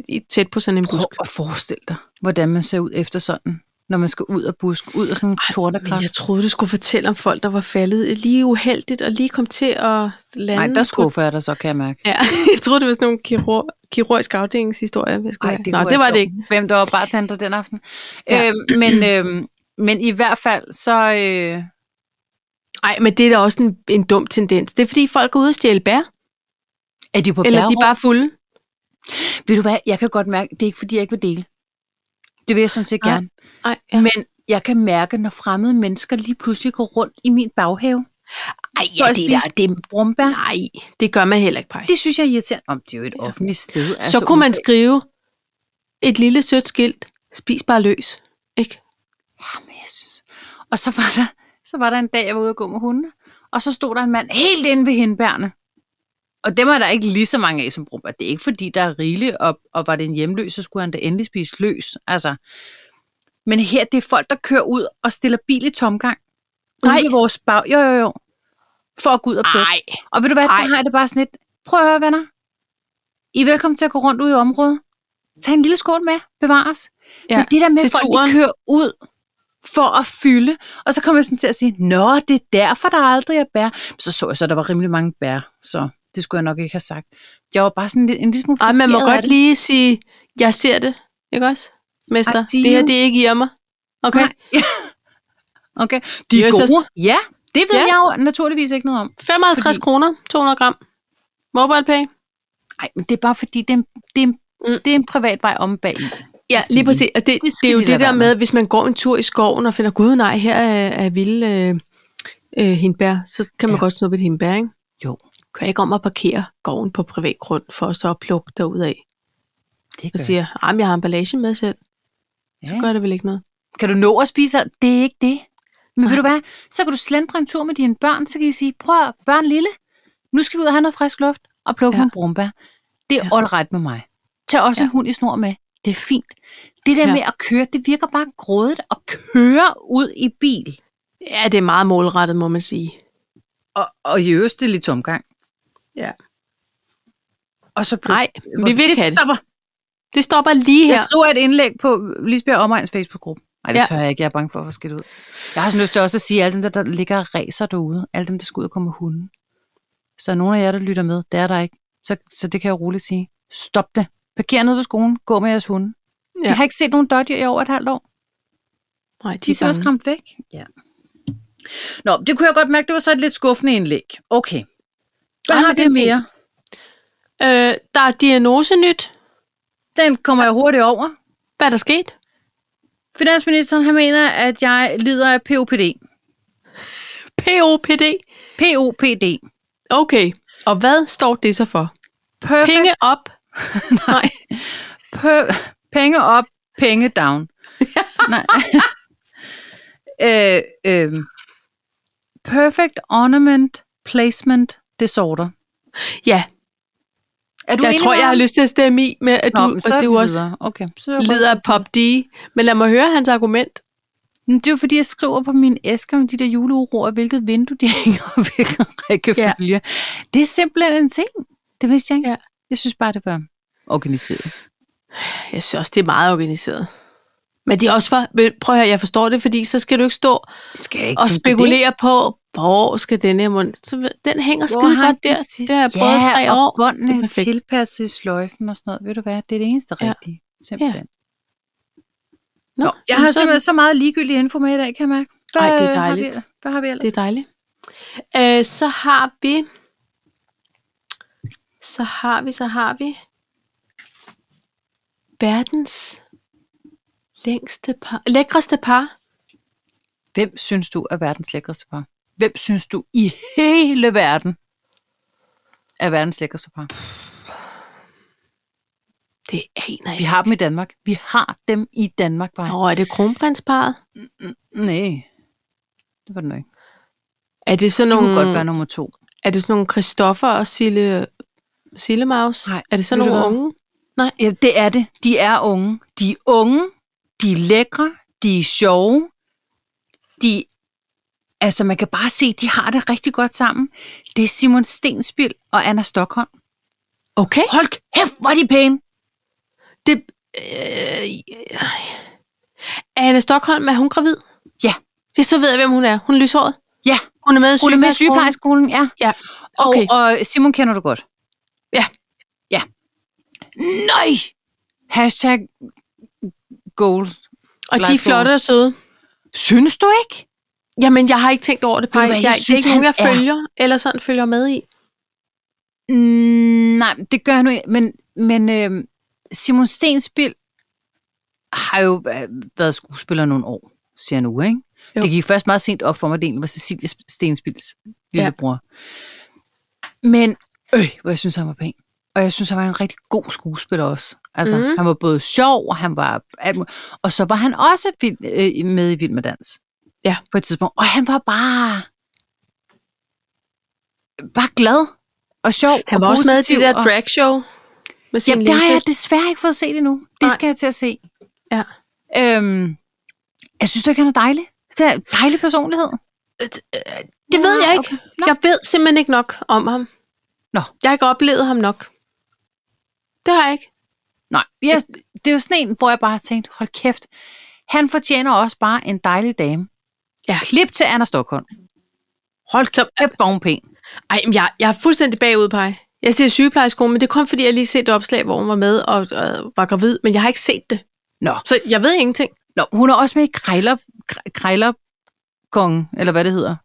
[SPEAKER 1] i, tæt på sådan en busk.
[SPEAKER 2] Prøv at forestille dig, hvordan man ser ud efter sådan, når man skal ud og busk, ud af sådan en
[SPEAKER 1] Men
[SPEAKER 2] tornekrat.
[SPEAKER 1] jeg troede, du skulle fortælle om folk, der var faldet lige uheldigt og lige kom til at lande.
[SPEAKER 2] Nej, der skuffer jeg dig så, kan jeg mærke.
[SPEAKER 1] Ja, jeg troede, det var sådan nogle kirurg, kirurgisk afdelingshistorie. Jeg skulle
[SPEAKER 2] Ej,
[SPEAKER 1] have.
[SPEAKER 2] det,
[SPEAKER 1] Nå,
[SPEAKER 2] kunne
[SPEAKER 1] det
[SPEAKER 2] jeg
[SPEAKER 1] var
[SPEAKER 2] slå.
[SPEAKER 1] det ikke.
[SPEAKER 2] Hvem der var bartender den aften.
[SPEAKER 1] Ja.
[SPEAKER 2] Ja. Øhm, men, øhm, men i hvert fald, så... Øh,
[SPEAKER 1] Nej, men det er da også en, en dum tendens. Det er, fordi folk er ude og stjæle bær,
[SPEAKER 2] er de på
[SPEAKER 1] eller de er bare fulde.
[SPEAKER 2] Ved du hvad, jeg kan godt mærke, det er ikke fordi, jeg ikke vil dele. Det vil jeg sådan set
[SPEAKER 1] Nej.
[SPEAKER 2] gerne.
[SPEAKER 1] Nej,
[SPEAKER 2] Ja. Men jeg kan mærke, når fremmede mennesker lige pludselig går rundt i min baghave.
[SPEAKER 1] Ej,
[SPEAKER 2] For at spise
[SPEAKER 1] det,
[SPEAKER 2] Brumbær.
[SPEAKER 1] nej, det gør man heller ikke, Paj. Altså,
[SPEAKER 2] Det synes jeg er irriterende. Om det er jo et offentligt sted. Altså,
[SPEAKER 1] Så kunne man skrive et lille sødt skilt. Spis bare løs. Ikke?
[SPEAKER 2] Jamen, jeg synes. Og så var, der, så var der en dag, jeg var ude og gå med hundene, og så stod der en mand helt inde ved hindbærne. Og dem er der ikke lige så mange af som bruger. Det er ikke fordi, der er rigeligt, og, og var det en hjemløs, så skulle han da endelig spise løs. Altså. Men her, det er folk, der kører ud og stiller bil i tomgang. Nej.
[SPEAKER 1] Nej.
[SPEAKER 2] Ude i vores bag. Jo, jo, jo. For at gå ud og plukke.
[SPEAKER 1] Nej.
[SPEAKER 2] Og ved du hvad, der
[SPEAKER 1] Ej.
[SPEAKER 2] har jeg det bare sådan lidt. Prøv at høre, venner. I er velkommen til at gå rundt ud i området. Tag en lille skål med, bevares.
[SPEAKER 1] Ja,
[SPEAKER 2] Ja, Men det der med,
[SPEAKER 1] til
[SPEAKER 2] at folk
[SPEAKER 1] turen.
[SPEAKER 2] de kører ud for at fylde, og så kommer jeg sådan til at sige, Nå, det er derfor, der aldrig er bær. Så så jeg så, at der var rimelig mange bær, så det skulle jeg nok ikke have sagt. Jeg var bare sådan lidt, en lille smule...
[SPEAKER 1] Ej, man må
[SPEAKER 2] provokeret af
[SPEAKER 1] godt
[SPEAKER 2] det.
[SPEAKER 1] lige sige, jeg ser det. Ikke også? Mester,
[SPEAKER 2] I see
[SPEAKER 1] det her,
[SPEAKER 2] you.
[SPEAKER 1] det er ikke i mig. Okay?
[SPEAKER 2] Nej. Okay, de
[SPEAKER 1] Yes,
[SPEAKER 2] er
[SPEAKER 1] yes.
[SPEAKER 2] gode. Ja, det ved
[SPEAKER 1] Ja.
[SPEAKER 2] ja. jeg jo naturligvis ikke noget om.
[SPEAKER 1] 55
[SPEAKER 2] Fordi-
[SPEAKER 1] kroner, 200 gram. Mobile pay.
[SPEAKER 2] Nej, men det er bare fordi, det er en, det er en,
[SPEAKER 1] Mm.
[SPEAKER 2] mm. det er en privat vej om bag.
[SPEAKER 1] Ja,
[SPEAKER 2] Hvis de
[SPEAKER 1] lige
[SPEAKER 2] vil.
[SPEAKER 1] præcis. Og det, det,
[SPEAKER 2] Det skal
[SPEAKER 1] det er jo
[SPEAKER 2] de lade
[SPEAKER 1] det der
[SPEAKER 2] være
[SPEAKER 1] med, hvis man går en tur i skoven og finder, gud nej, her er, er vilde øh, øh, hindbær, så kan man ja.
[SPEAKER 2] Ja.
[SPEAKER 1] godt snuppe et hindbær, ikke?
[SPEAKER 2] Jo.
[SPEAKER 1] Kør ikke om at parkere gården på privat grund, for så at plukke derudaf.
[SPEAKER 2] Det
[SPEAKER 1] Og siger, at jeg har emballage med selv, så
[SPEAKER 2] Ja.
[SPEAKER 1] gør det vel ikke noget.
[SPEAKER 2] Kan du nå at spise alt? Det er ikke det. Men
[SPEAKER 1] Nej.
[SPEAKER 2] ved du hvad, så kan du slendre en tur med dine børn, så kan I sige, prøv at børn lille, nu skal vi ud og have noget frisk luft og plukke
[SPEAKER 1] Ja.
[SPEAKER 2] ja. nogle brumbær. Det er
[SPEAKER 1] Ja.
[SPEAKER 2] ja. all right med mig. Tag også
[SPEAKER 1] Ja.
[SPEAKER 2] ja. en hund i snor med. Det er fint. Det der
[SPEAKER 1] Ja.
[SPEAKER 2] ja. med at køre, det virker bare grådigt at køre ud i bil.
[SPEAKER 1] Ja, det er meget målrettet, må man sige.
[SPEAKER 2] Og, og i øvrigt det er lidt tomgang.
[SPEAKER 1] Ja.
[SPEAKER 2] Og så
[SPEAKER 1] Nej, vi vil ikke have det.
[SPEAKER 2] stopper.
[SPEAKER 1] Det stopper lige her.
[SPEAKER 2] Jeg skriver et indlæg på Lisbjerg Omegns Facebook-gruppe. Nej, det
[SPEAKER 1] Ja.
[SPEAKER 2] ja. tør jeg ikke. Jeg er bange for at få skidt ud. Jeg har sådan lyst til også at sige, alle dem, der, der ligger og ræser derude, alle dem, der skal ud og komme med hunden. Hvis der er nogen af jer, der lytter med, det er der ikke. Så, så det kan jeg roligt sige. Stop det. Parker ned ved skolen. Gå med jeres hunde. Ja.
[SPEAKER 1] Ja.
[SPEAKER 2] Jeg har ikke set nogen dodge i over et halvt år.
[SPEAKER 1] Nej, de
[SPEAKER 2] De er simpelthen
[SPEAKER 1] er bange.
[SPEAKER 2] skræmt væk. Ja. Nå, det kunne jeg godt mærke. Det var så et lidt skuffende indlæg. Okay. Hvad
[SPEAKER 1] Ej,
[SPEAKER 2] Ej,
[SPEAKER 1] men
[SPEAKER 2] har
[SPEAKER 1] det
[SPEAKER 2] det
[SPEAKER 1] er fint.
[SPEAKER 2] mere?
[SPEAKER 1] Øh, der er diagnosenyt.
[SPEAKER 2] Den kommer jeg hurtigt over.
[SPEAKER 1] Hvad er der sket?
[SPEAKER 2] Finansministeren, han mener, at jeg lider af POPD.
[SPEAKER 1] POPD.
[SPEAKER 2] POPD.
[SPEAKER 1] Okay, og hvad står det så for?
[SPEAKER 2] Perfect
[SPEAKER 1] Penge op. nej.
[SPEAKER 2] Pø- penge op, penge down. Nej. øh, øh, perfect Ornament Placement Disorder.
[SPEAKER 1] Ja,
[SPEAKER 2] Er
[SPEAKER 1] jeg
[SPEAKER 2] enig
[SPEAKER 1] tror,
[SPEAKER 2] med
[SPEAKER 1] jeg har
[SPEAKER 2] ham?
[SPEAKER 1] lyst til at stemme i med, at
[SPEAKER 2] Nå,
[SPEAKER 1] du,
[SPEAKER 2] men
[SPEAKER 1] at
[SPEAKER 2] er
[SPEAKER 1] du
[SPEAKER 2] vi
[SPEAKER 1] også
[SPEAKER 2] videre. Okay, så er jeg
[SPEAKER 1] lider af Pop D. Men lad mig høre hans argument.
[SPEAKER 2] godt. Men det er jo fordi, jeg skriver på min æske om de der juleuroer, hvilket vindue de hænger, og hvilken rækkefølge. Ja. Det er simpelthen en ting. Det vidste jeg ikke.
[SPEAKER 1] Ja.
[SPEAKER 2] Jeg synes bare, det var organiseret.
[SPEAKER 1] Jeg synes også, det er meget organiseret. Men de er også for, men prøv at høre, jeg forstår det, fordi så skal du ikke stå
[SPEAKER 2] Skal jeg ikke
[SPEAKER 1] og
[SPEAKER 2] tænke på det?
[SPEAKER 1] spekulere på, hvor skal den her mund... Så ved- den hænger
[SPEAKER 2] Hvor
[SPEAKER 1] skide
[SPEAKER 2] har
[SPEAKER 1] godt
[SPEAKER 2] han
[SPEAKER 1] der.
[SPEAKER 2] den sidste?
[SPEAKER 1] Det har jeg prøvet i
[SPEAKER 2] ja,
[SPEAKER 1] tre
[SPEAKER 2] og
[SPEAKER 1] år. Det er
[SPEAKER 2] båndene er
[SPEAKER 1] perfekt.
[SPEAKER 2] tilpasset i sløjfen og sådan noget. Ved du hvad, det er det eneste
[SPEAKER 1] Ja.
[SPEAKER 2] rigtige. Simpelthen.
[SPEAKER 1] Nå,
[SPEAKER 2] Jeg
[SPEAKER 1] jamen,
[SPEAKER 2] har
[SPEAKER 1] så-
[SPEAKER 2] simpelthen så meget ligegyldig info med i dag, kan jeg mærke. Hvad,
[SPEAKER 1] Ej, det er
[SPEAKER 2] øh, har vi-
[SPEAKER 1] dejligt.
[SPEAKER 2] Hvad har vi ellers?
[SPEAKER 1] Det er dejligt. Øh, så har vi... Så har vi, så har vi... Verdens længste par, lækreste par.
[SPEAKER 2] Hvem synes du er verdens lækreste par? Hvem synes du i hele verden er verdens lækreste par?
[SPEAKER 1] Det aner jeg
[SPEAKER 2] Vi har dem i Danmark. Vi har dem i Danmark, bare.
[SPEAKER 1] Nå, er det kronprinsparet?
[SPEAKER 2] Nej. Det var det nok ikke.
[SPEAKER 1] Er det sådan
[SPEAKER 2] Det
[SPEAKER 1] nogle,
[SPEAKER 2] kunne godt være nummer to.
[SPEAKER 1] er det sådan nogle Christoffer og Sille, Sillemaus?
[SPEAKER 2] Nej,
[SPEAKER 1] er det sådan
[SPEAKER 2] ved du
[SPEAKER 1] nogle
[SPEAKER 2] hvad?
[SPEAKER 1] unge?
[SPEAKER 2] Ja, det er det. De er unge. De er unge. De er lækre. De er sjove. de, altså man kan bare se, de har det rigtig godt sammen. Det er Simon Stensbil og Anna Stockholm.
[SPEAKER 1] Okay.
[SPEAKER 2] Hold kæft, hvor er de pæne.
[SPEAKER 1] Det, øh, ja. er Anna Stockholm, er hun gravid?
[SPEAKER 2] Ja.
[SPEAKER 1] Det, så ved jeg, hvem hun er. Hun er lyshåret.
[SPEAKER 2] Ja,
[SPEAKER 1] Hun er med i
[SPEAKER 2] hun er med i
[SPEAKER 1] sygeplejeskolen.
[SPEAKER 2] sygeplejeskolen, ja.
[SPEAKER 1] Ja, okay.
[SPEAKER 2] Okay. Og, og Simon kender du godt.
[SPEAKER 1] Ja.
[SPEAKER 2] Ja. Nej! Hashtag goal.
[SPEAKER 1] Og de er flotte og søde.
[SPEAKER 2] Synes du ikke?
[SPEAKER 1] Jamen, jeg har ikke tænkt over det.
[SPEAKER 2] du
[SPEAKER 1] Nej,
[SPEAKER 2] hvad,
[SPEAKER 1] jeg,
[SPEAKER 2] jeg
[SPEAKER 1] jeg, det er
[SPEAKER 2] synes,
[SPEAKER 1] ikke nogen, jeg
[SPEAKER 2] han er-
[SPEAKER 1] følger, eller sådan følger med i.
[SPEAKER 2] Mm, nej, det gør han nu ikke. Men, men øh, Simon Stensbil har jo øh, været skuespiller nogle år, siger jeg nu, ikke?
[SPEAKER 1] Jo.
[SPEAKER 2] Jo. Det gik først meget sent op for mig, at det egentlig var Cecilie Stensbils lillebror. Ja. Men, øh, hvor jeg synes, han var pæn. Og jeg synes, han var en rigtig god skuespiller også. Altså,
[SPEAKER 1] Mhm.
[SPEAKER 2] mm. han var både sjov, og han var... Alt, muligt. og så var han også vild, øh, med i Vild med Dans.
[SPEAKER 1] Ja.
[SPEAKER 2] På et tidspunkt. Og han var bare... øh, Bare glad og sjov.
[SPEAKER 1] Han
[SPEAKER 2] og
[SPEAKER 1] var også med i
[SPEAKER 2] positiv
[SPEAKER 1] det der
[SPEAKER 2] og-
[SPEAKER 1] dragshow. Med sin
[SPEAKER 2] Jamen, det har jeg
[SPEAKER 1] lillefest.
[SPEAKER 2] desværre ikke fået set endnu. Det
[SPEAKER 1] Nej.
[SPEAKER 2] skal jeg til at se.
[SPEAKER 1] Ja.
[SPEAKER 2] Øhm, jeg synes du ikke, han er dejlig? Det er en dejlig personlighed.
[SPEAKER 1] Øh, Det ved
[SPEAKER 2] Nå,
[SPEAKER 1] jeg ikke.
[SPEAKER 2] okay. Nå.
[SPEAKER 1] Jeg ved simpelthen ikke nok om ham.
[SPEAKER 2] Nå.
[SPEAKER 1] Jeg har ikke oplevet ham nok. Det har jeg ikke.
[SPEAKER 2] Nej, jeg, det er jo sådan en, hvor jeg bare har tænkt, hold kæft, han fortjener også bare en dejlig dame.
[SPEAKER 1] Ja.
[SPEAKER 2] Klip til Anna Stockholm. Hold
[SPEAKER 1] Så-
[SPEAKER 2] kæft, hvor er hun pæn.
[SPEAKER 1] Ej, men jeg, jeg er fuldstændig bagud, Paj. Jeg siger sygeplejerskone, men det er kun fordi, jeg lige set et opslag, hvor hun var med og, og var gravid, men jeg har ikke set det.
[SPEAKER 2] Nå.
[SPEAKER 1] Så jeg ved ingenting.
[SPEAKER 2] Nå, hun er også med i Krejler, Kre- Krejlerkongen, eller hvad det hedder.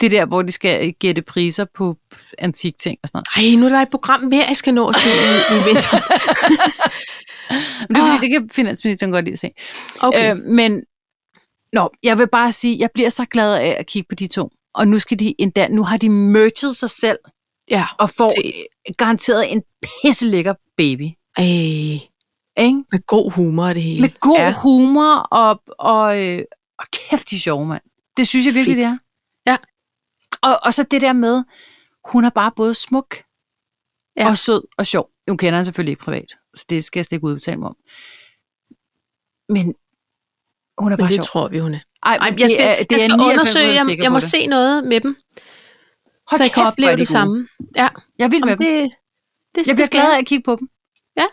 [SPEAKER 2] Det der, hvor de skal gætte priser på antikting og sådan noget.
[SPEAKER 1] Ej, nu er der et program mere, jeg skal nå at se i, i vinter.
[SPEAKER 2] Men det er
[SPEAKER 1] Ah.
[SPEAKER 2] fordi, det kan finansministeren godt lide at se.
[SPEAKER 1] Okay.
[SPEAKER 2] Øh, men nå, jeg vil bare sige, jeg bliver så glad af at kigge på de to. Og nu skal de endda, nu har de merged sig selv
[SPEAKER 1] ja.
[SPEAKER 2] og får
[SPEAKER 1] Til-
[SPEAKER 2] øh, garanteret en pisselækker baby.
[SPEAKER 1] Ej,
[SPEAKER 2] Ikke?
[SPEAKER 1] med god humor er det hele.
[SPEAKER 2] Med god
[SPEAKER 1] Ja.
[SPEAKER 2] ja. humor og, og, øh, og kæft, de er sjove, mand. Det synes jeg virkelig,
[SPEAKER 1] Fedt.
[SPEAKER 2] det er.
[SPEAKER 1] Ja.
[SPEAKER 2] Og, og så det der med, hun er bare både smuk
[SPEAKER 1] Ja.
[SPEAKER 2] ja. og sød og sjov. Hun kender han selvfølgelig ikke privat, så det skal jeg slet ikke udtale mig om. Men hun er
[SPEAKER 1] Men
[SPEAKER 2] bare
[SPEAKER 1] det
[SPEAKER 2] sjov.
[SPEAKER 1] tror vi, hun er.
[SPEAKER 2] Ej,
[SPEAKER 1] Ej, men jeg skal,
[SPEAKER 2] det er,
[SPEAKER 1] jeg skal undersøge, jeg, jeg må
[SPEAKER 2] det.
[SPEAKER 1] se noget med dem, så jeg kan opleve det samme. Ja,
[SPEAKER 2] Jeg er vild med
[SPEAKER 1] Jamen,
[SPEAKER 2] dem.
[SPEAKER 1] det, det,
[SPEAKER 2] Jeg
[SPEAKER 1] det
[SPEAKER 2] bliver
[SPEAKER 1] skal
[SPEAKER 2] glad af at kigge på dem.
[SPEAKER 1] Ja.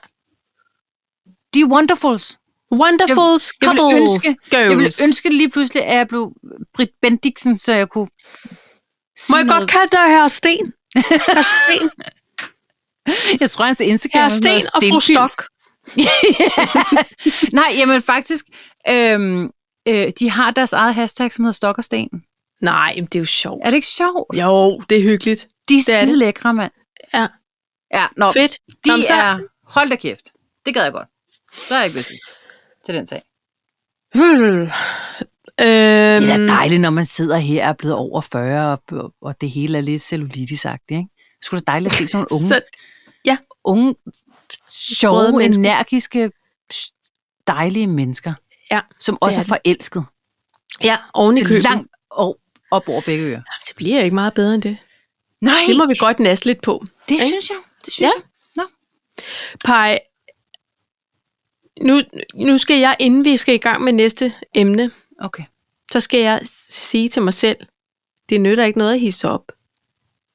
[SPEAKER 2] De er wonderfuls.
[SPEAKER 1] Wonderful
[SPEAKER 2] jeg ville
[SPEAKER 1] couples,
[SPEAKER 2] ønske-
[SPEAKER 1] girls.
[SPEAKER 2] Jeg ville ønske lige pludselig, at jeg blev Britt Bendiksen, så jeg kunne
[SPEAKER 1] Må
[SPEAKER 2] sige
[SPEAKER 1] jeg godt
[SPEAKER 2] noget.
[SPEAKER 1] kalde dig herre Sten? Herre Sten,
[SPEAKER 2] Jeg tror, hans Instagram
[SPEAKER 1] herre
[SPEAKER 2] er sådan
[SPEAKER 1] Sten
[SPEAKER 2] noget
[SPEAKER 1] og fru
[SPEAKER 2] stenpils.
[SPEAKER 1] Stok.
[SPEAKER 2] Nej, jamen faktisk, øhm, øh, de har deres eget hashtag, som hedder Stok og Sten.
[SPEAKER 1] Nej, men det er jo sjovt.
[SPEAKER 2] Er det ikke sjovt?
[SPEAKER 1] Jo, det er hyggeligt.
[SPEAKER 2] De er
[SPEAKER 1] det er det.
[SPEAKER 2] skide lækre, mand.
[SPEAKER 1] Ja.
[SPEAKER 2] Ja, nå,
[SPEAKER 1] Fedt.
[SPEAKER 2] De
[SPEAKER 1] Nå, men så-
[SPEAKER 2] er... Hold da kæft. Det gad jeg godt. Så er jeg ikke vidst til den sag.
[SPEAKER 1] Hmm. Øhm,
[SPEAKER 2] Det er da dejligt, når man sidder her og er blevet over 40, og, og det hele er lidt cellulitisagtigt, ikke? Det skulle da dejligt at se sådan nogle unge,
[SPEAKER 1] så,
[SPEAKER 2] unge
[SPEAKER 1] Sprøde
[SPEAKER 2] sjove,
[SPEAKER 1] mennesker.
[SPEAKER 2] energiske, s- dejlige mennesker,
[SPEAKER 1] Ja,
[SPEAKER 2] som også
[SPEAKER 1] er
[SPEAKER 2] er, er forelsket.
[SPEAKER 1] ja, oven i
[SPEAKER 2] Til
[SPEAKER 1] købet.
[SPEAKER 2] langt op, op over begge ører.
[SPEAKER 1] Jamen, Det bliver ikke meget bedre end det.
[SPEAKER 2] Nej,
[SPEAKER 1] Det må vi godt næste lidt på.
[SPEAKER 2] det
[SPEAKER 1] ikke?
[SPEAKER 2] synes jeg. Det synes
[SPEAKER 1] Ja.
[SPEAKER 2] jeg. Nå.
[SPEAKER 1] Pej, nu, nu skal jeg, inden vi skal i gang med næste emne,
[SPEAKER 2] Okay.
[SPEAKER 1] så skal jeg s- sige til mig selv, det nytter ikke noget at hisse op.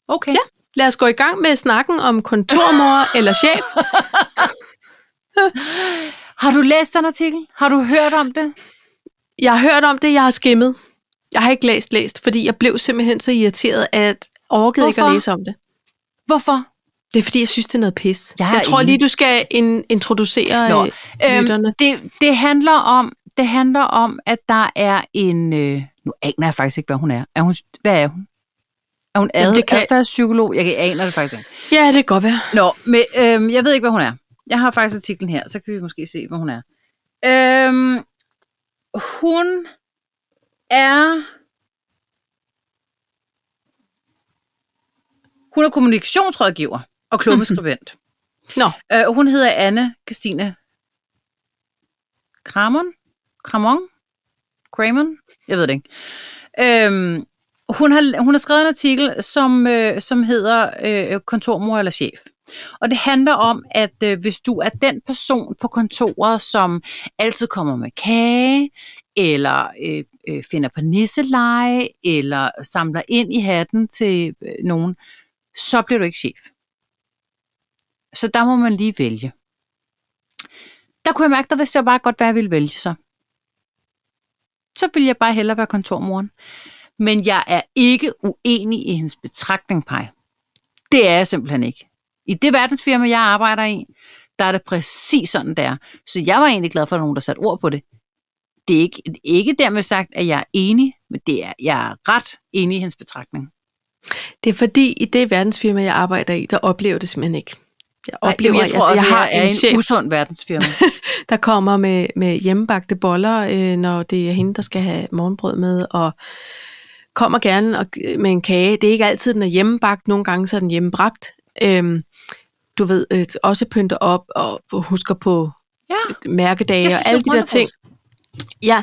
[SPEAKER 2] Okay.
[SPEAKER 1] Ja. Lad os gå i gang med snakken om kontormor eller chef.
[SPEAKER 2] Har du læst den artikel? Har du hørt om det?
[SPEAKER 1] Jeg har hørt om det, jeg har skimmet. Jeg har ikke læst læst, fordi jeg blev simpelthen så irriteret, at jeg orkede ikke at
[SPEAKER 2] Hvorfor?
[SPEAKER 1] læse om det.
[SPEAKER 2] Hvorfor?
[SPEAKER 1] Det er fordi, jeg synes, det er noget pis.
[SPEAKER 2] Jeg er
[SPEAKER 1] jeg tror
[SPEAKER 2] enig.
[SPEAKER 1] lige, du skal in- introducere
[SPEAKER 2] Nå,
[SPEAKER 1] Nå, øh, lytterne.
[SPEAKER 2] Øhm, det, det, handler om, det handler om, at der er en... Øh, nu aner jeg faktisk ikke, hvad hun er. er hun, hvad er hun? Er hun
[SPEAKER 1] Jamen,
[SPEAKER 2] ad,
[SPEAKER 1] det kan-
[SPEAKER 2] adfærdspsykolog? Jeg kan- aner det faktisk ikke.
[SPEAKER 1] Ja, det kan godt være.
[SPEAKER 2] Nå, men øhm, jeg ved ikke, hvad hun er. Jeg har faktisk artiklen her, så kan vi måske se, hvad hun er. Øhm, hun er... Hun er kommunikationsrådgiver og klummeskribent.
[SPEAKER 1] Nå,
[SPEAKER 2] Øh, og hun hedder Anne Christine Kramon? Kramon? Kramon? Jeg ved det ikke. Øhm, hun, har, hun har skrevet en artikel, som, øh, som hedder øh, Kontormor eller chef. Og det handler om, at øh, hvis du er den person på kontoret, som altid kommer med kage, eller øh, øh, finder på nisseleje, eller samler ind i hatten til øh, nogen, så bliver du ikke chef. Så der må man lige vælge. Der kunne jeg mærke, der vidste jeg bare godt, hvad jeg ville vælge så. Så ville jeg bare hellere være kontormoren. Men jeg er ikke uenig i hendes betragtning, Paj. Det er jeg simpelthen ikke. I det verdensfirma, jeg arbejder i, der er det præcis sådan, der. Så jeg var egentlig glad for, at der var nogen, der satte ord på det. Det er ikke, ikke dermed sagt, at jeg er enig, men det er, jeg er ret enig i hendes betragtning.
[SPEAKER 1] Det er fordi, i det verdensfirma, jeg arbejder i, der oplever det simpelthen ikke. Jeg oplever,
[SPEAKER 2] Ej, jeg, tror,
[SPEAKER 1] altså,
[SPEAKER 2] også,
[SPEAKER 1] jeg har
[SPEAKER 2] jeg er
[SPEAKER 1] en chef,
[SPEAKER 2] en usund verdensfirma.
[SPEAKER 1] der kommer med, med hjemmebagte boller, øh, når det er hende, der skal have morgenbrød med, og kommer gerne og, øh, med en kage. Det er ikke altid, den er hjemmebagt. Nogle gange så er den hjemmebragt. Øhm, du ved, øh, også pynter op og husker på
[SPEAKER 2] ja,
[SPEAKER 1] mærkedage
[SPEAKER 2] Jeg
[SPEAKER 1] og
[SPEAKER 2] synes, det
[SPEAKER 1] alle
[SPEAKER 2] er
[SPEAKER 1] de der ting. Ja,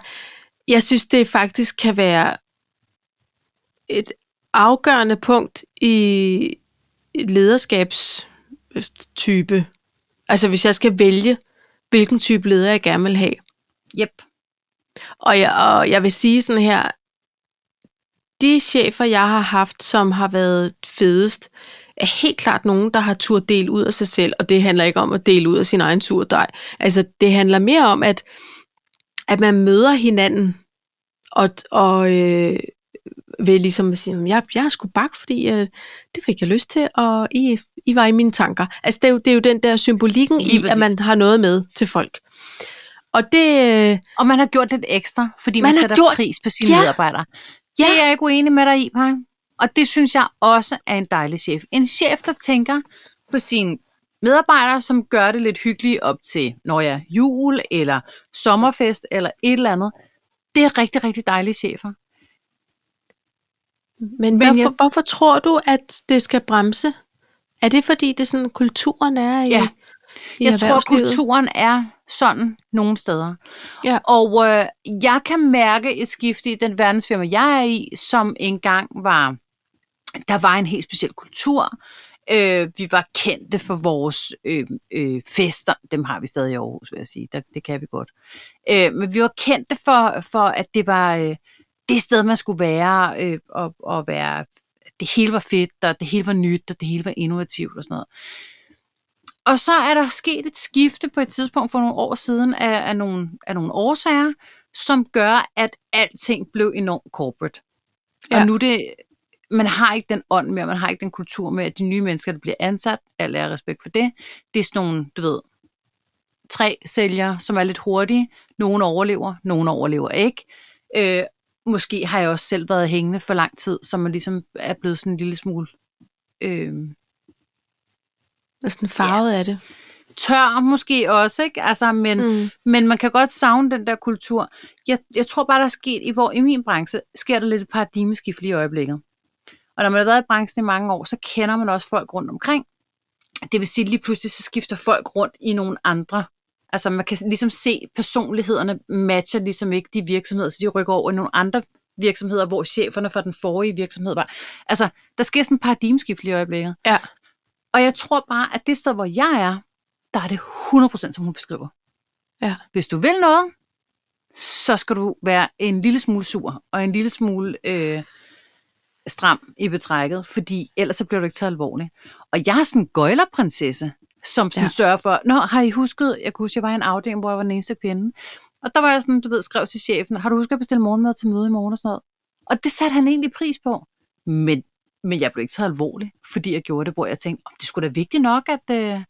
[SPEAKER 1] jeg synes, det faktisk kan være et afgørende punkt i et lederskabstype. Altså hvis jeg skal vælge, hvilken type leder jeg gerne vil have.
[SPEAKER 2] yep.
[SPEAKER 1] Og jeg, og jeg vil sige sådan her, de chefer, jeg har haft, som har været fedest, er helt klart nogen, der har turt dele ud af sig selv, og det handler ikke om at dele ud af sin egen surdej. Altså, det handler mere om, at, at man møder hinanden, og, og øh, ved ligesom at sige, "Jamen, jeg, jeg er sgu bak, fordi øh, det fik jeg lyst til, og I, I var i mine tanker. Altså, det er jo, det er jo den der symbolikken
[SPEAKER 2] Lige
[SPEAKER 1] i, at
[SPEAKER 2] præcis.
[SPEAKER 1] man har noget med til folk. Og det... Øh,
[SPEAKER 2] Og man har gjort lidt ekstra, fordi man,
[SPEAKER 1] Man
[SPEAKER 2] man
[SPEAKER 1] har
[SPEAKER 2] sætter
[SPEAKER 1] gjort-
[SPEAKER 2] gjort... pris på sine
[SPEAKER 1] Ja.
[SPEAKER 2] ja. medarbejdere.
[SPEAKER 1] Ja.
[SPEAKER 2] Ja. Det er jeg ikke uenig med dig i, Paj. Og det synes jeg også er en dejlig chef. En chef, der tænker på sine medarbejdere, som gør det lidt hyggeligt op til, når jeg jul, eller sommerfest, eller et eller andet. Det er rigtig, rigtig dejlige chefer.
[SPEAKER 1] Men, Men hvorfor,
[SPEAKER 2] jeg-
[SPEAKER 1] hvorfor tror du, at det skal bremse? Er det fordi, det er sådan, kulturen er i,
[SPEAKER 2] Ja.
[SPEAKER 1] i
[SPEAKER 2] Jeg tror,
[SPEAKER 1] erhvervslivet?
[SPEAKER 2] kulturen er sådan nogle steder.
[SPEAKER 1] Ja.
[SPEAKER 2] Og øh, jeg kan mærke et skift i den verdensfirma, jeg er i, som engang var, der var en helt speciel kultur. Øh, vi var kendte for vores øh, øh, fester. Dem har vi stadig i Aarhus, vil jeg sige. Der, det kan vi godt. Øh, men vi var kendte for, for at det var øh, det sted, man skulle være, øh, og, og være, det hele var fedt, og det hele var nyt, og det hele var innovativt og sådan noget. Og så er der sket et skifte på et tidspunkt for nogle år siden af, af, nogle, af nogle årsager, som gør, at alting blev enormt corporate. Ja.
[SPEAKER 1] Ja.
[SPEAKER 2] Og nu er det, man har ikke den ånd mere, man har ikke den kultur med, at de nye mennesker, der bliver ansat, al er respekt for det, det er sådan nogle, du ved, tre sælgere, som er lidt hurtige. Nogle overlever, nogle overlever ikke. Øh, måske har jeg også selv været hængende for lang tid, så man ligesom er blevet sådan en lille smule... Øh,
[SPEAKER 1] Er sådan farvet af det.
[SPEAKER 2] tør måske også, ikke? Altså, men, mm.
[SPEAKER 1] Mm.
[SPEAKER 2] men man kan godt savne den der kultur. Jeg, jeg tror bare, der er sket, i, hvor i min branche, sker der lidt et paradigmeskift lige i øjeblikket. Og når man har været i branchen i mange år, så kender man også folk rundt omkring. Det vil sige, lige pludselig så skifter folk rundt i nogle andre. Altså man kan ligesom se, personlighederne matcher ligesom ikke de virksomheder, så de rykker over i nogle andre virksomheder, hvor cheferne fra den forrige virksomhed var. Altså, der sker sådan en paradigmeskift lige i øjeblikket.
[SPEAKER 1] Ja.
[SPEAKER 2] Og jeg tror bare, at det sted, hvor jeg er, der er det 100% som hun beskriver.
[SPEAKER 1] Ja.
[SPEAKER 2] Hvis du vil noget, så skal du være en lille smule sur og en lille smule øh, stram i betrækket, fordi ellers så bliver du ikke taget alvorligt. Og jeg er sådan en gøjlerprinsesse, som sådan
[SPEAKER 1] Ja.
[SPEAKER 2] ja. sørger for, Nå, har I husket, jeg kan huske, jeg var i en afdeling, hvor jeg var den eneste kvinde, og der var jeg sådan, du ved, skrev til chefen, har du husket at bestille morgenmad til møde i morgen og sådan noget? Og det satte han egentlig pris på. Men, men jeg blev ikke taget alvorligt, fordi jeg gjorde det, hvor jeg tænkte, "Åh, det skulle da vigtigt nok, at, øh, at alle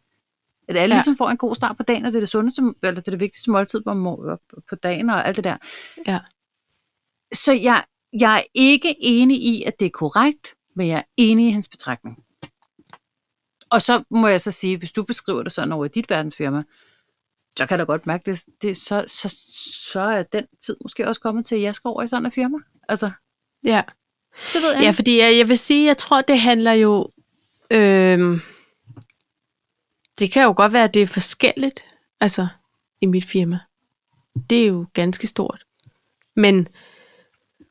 [SPEAKER 1] Ja.
[SPEAKER 2] ja. ligesom får en god start på dagen, og det er det, sundeste, eller det, er det vigtigste måltid på, mor- på dagen og alt det der.
[SPEAKER 1] Ja.
[SPEAKER 2] Så jeg, jeg er ikke enig i, at det er korrekt, men jeg er enig i hans betragtning. Og så må jeg så sige, hvis du beskriver det sådan over i dit verdensfirma, så kan jeg da godt mærke, det, det, så, så, så er den tid måske også kommet til, at jeg skal over i sådan et firma. Altså,
[SPEAKER 1] Ja.
[SPEAKER 2] det ved jeg
[SPEAKER 1] ja,
[SPEAKER 2] ikke.
[SPEAKER 1] fordi jeg, jeg vil sige, jeg tror, det handler jo... Øh, det kan jo godt være, at det er forskelligt, altså i mit firma. Det er jo ganske stort. Men,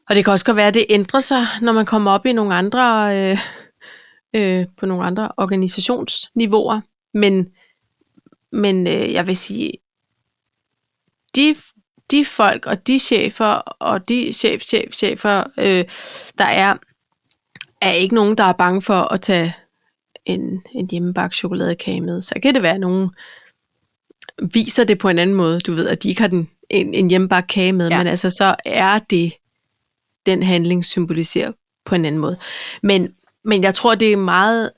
[SPEAKER 1] og det kan også godt være, at det ændrer sig, når man kommer op i nogle andre øh, øh, på nogle andre organisationsniveauer, men, men øh, jeg vil sige, de, de folk og de chefer og de chef, chef, chefer, øh, der er, er ikke nogen, der er bange for at tage en, en hjemmebagt chokoladekage med. Så kan det være, at nogen viser det på en anden måde. Du ved, at de ikke har den, en, en hjemmebagt kage med,
[SPEAKER 2] Ja.
[SPEAKER 1] ja. men altså så er det, den handling symboliserer på en anden måde. Men, men jeg tror, det er meget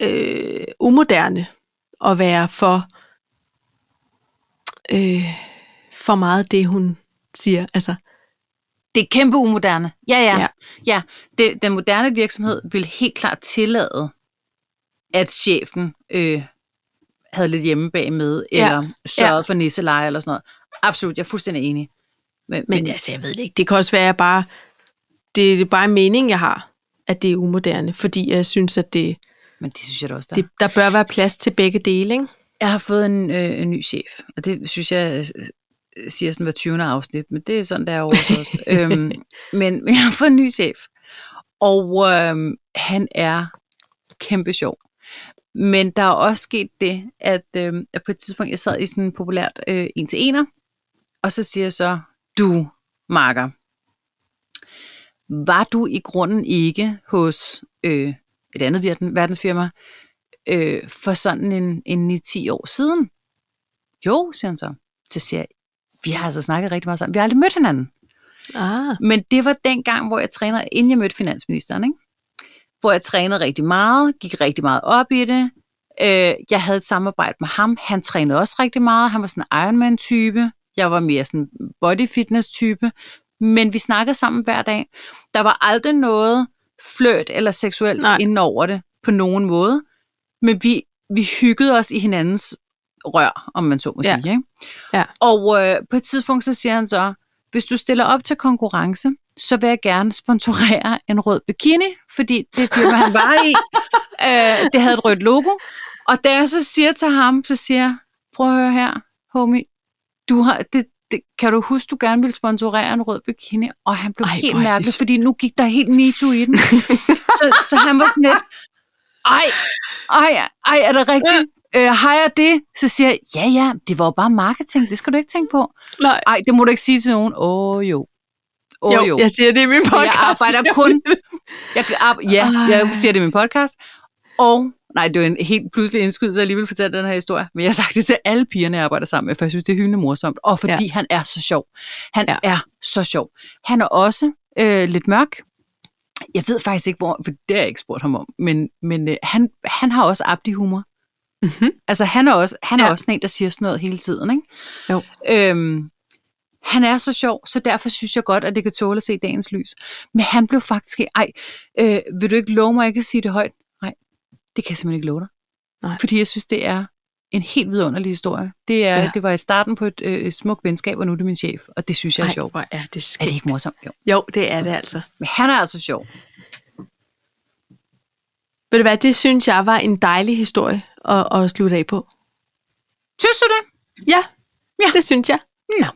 [SPEAKER 1] øh, umoderne at være for, øh, for meget det, hun siger. Altså,
[SPEAKER 2] Det er kæmpe umoderne. Ja, ja. ja.
[SPEAKER 1] Ja.
[SPEAKER 2] ja. Det, den moderne virksomhed vil helt klart tillade, at chefen øh, havde lidt hjemme bag med,
[SPEAKER 1] Ja.
[SPEAKER 2] eller sørgede ja. for nisseleje eller sådan noget. Absolut, jeg er fuldstændig enig. Men,
[SPEAKER 1] men altså, jeg ved det ikke. Det kan også være, at jeg bare, det er bare en mening, jeg har, at det er umoderne, fordi jeg synes, at det,
[SPEAKER 2] men det synes jeg da også, der. Det,
[SPEAKER 1] det, der bør være plads til begge dele. Ikke?
[SPEAKER 2] jeg har fået en, øh, en ny chef, og det synes jeg øh, siger sådan hver 20. afsnit, men det er sådan, der er over hos os. øhm, men, men jeg har fået en ny chef, og øhm, han er kæmpe sjov. Men der er også sket det, at, øhm, at på et tidspunkt, jeg sad i sådan en populært øh, en til ener, og så siger jeg så, du, Marker, var du i grunden ikke hos øh, et andet verden- verdensfirma øh, for sådan en, en 9-10 år siden? Jo, siger han så. Så siger jeg, vi har altså snakket rigtig meget sammen. Vi har aldrig mødt hinanden.
[SPEAKER 1] Ah,
[SPEAKER 2] Men det var den gang, hvor jeg trænede, inden jeg mødte finansministeren, ikke? hvor jeg trænede rigtig meget, gik rigtig meget op i det. Øh, jeg havde et samarbejde med ham. Han trænede også rigtig meget. Han var sådan en Ironman-type. Jeg var mere sådan body fitness-type. Men vi snakkede sammen hver dag. Der var aldrig noget flørt eller seksuelt
[SPEAKER 1] Nej.
[SPEAKER 2] inden over det på nogen måde. Men vi, vi hyggede os i hinandens rør, om man så må
[SPEAKER 1] Ja.
[SPEAKER 2] sige. Ikke?
[SPEAKER 1] Ja.
[SPEAKER 2] Og øh, på et tidspunkt, så siger han så, hvis du stiller op til konkurrence, så vil jeg gerne sponsorere en rød bikini, fordi det firma, han var i, øh, det havde et rødt logo. Og da jeg så siger til ham, så siger jeg, prøv at høre her, homie, du har, det, det, kan du huske, du gerne ville sponsorere en rød bikini? Og han blev
[SPEAKER 1] Ej,
[SPEAKER 2] Ej, helt
[SPEAKER 1] hvor er det
[SPEAKER 2] mærkelig,
[SPEAKER 1] sjovt.
[SPEAKER 2] fordi nu gik der helt MeToo i den. så, så han var sådan lidt, ej, ej, ej, er det rigtigt? Øh, har jeg det? Så siger jeg, ja, ja, det var jo bare marketing, det skal du ikke tænke på.
[SPEAKER 1] nej.
[SPEAKER 2] Ej, det må du ikke sige til nogen. Åh oh, jo. Åh oh, jo. jo.
[SPEAKER 1] Jeg siger det i min
[SPEAKER 2] Og jeg
[SPEAKER 1] podcast.
[SPEAKER 2] arbejder kun... Jeg, ar- ja, jeg
[SPEAKER 1] Ej.
[SPEAKER 2] siger det i min podcast. Og, nej, det er jo en helt pludselig indskydelse, at jeg alligevel fortælle den her historie. Men jeg har sagt det til alle pigerne, jeg arbejder sammen med, for jeg synes, det er hyldende morsomt. Og fordi ja. han er så sjov. Han ja.
[SPEAKER 1] Ja.
[SPEAKER 2] er så sjov. Han er også øh, lidt mørk. Jeg ved faktisk ikke, hvor, for det har jeg ikke spurgt ham om, men, men øh, han, han har også abdi-humor.
[SPEAKER 1] Mhm.
[SPEAKER 2] Altså, han er også, han er
[SPEAKER 1] Ja.
[SPEAKER 2] også sådan en, der siger sådan noget hele tiden, ikke?
[SPEAKER 1] Jo.
[SPEAKER 2] Øhm, han er så sjov, så derfor synes jeg godt, at det kan tåle at se dagens lys. Men han blev faktisk... Ej, øh, vil du ikke love mig, at jeg kan sige det højt? Nej, det kan jeg simpelthen ikke love dig.
[SPEAKER 1] Nej.
[SPEAKER 2] Fordi jeg synes, det er en helt vidunderlig historie. Det, er, ja.
[SPEAKER 1] Ja.
[SPEAKER 2] det var i starten på et øh, smukt venskab, og nu er det min chef, og det synes jeg er
[SPEAKER 1] Ej,
[SPEAKER 2] sjovt.
[SPEAKER 1] hvor er det
[SPEAKER 2] Er
[SPEAKER 1] skægt.
[SPEAKER 2] det ikke morsomt? Jo.
[SPEAKER 1] Jo, det er det altså.
[SPEAKER 2] Men han er altså sjov.
[SPEAKER 1] Ved du hvad, det synes jeg var en dejlig historie at, at slutte af på.
[SPEAKER 2] Synes du det?
[SPEAKER 1] Ja, ja. det synes jeg.
[SPEAKER 2] Nå.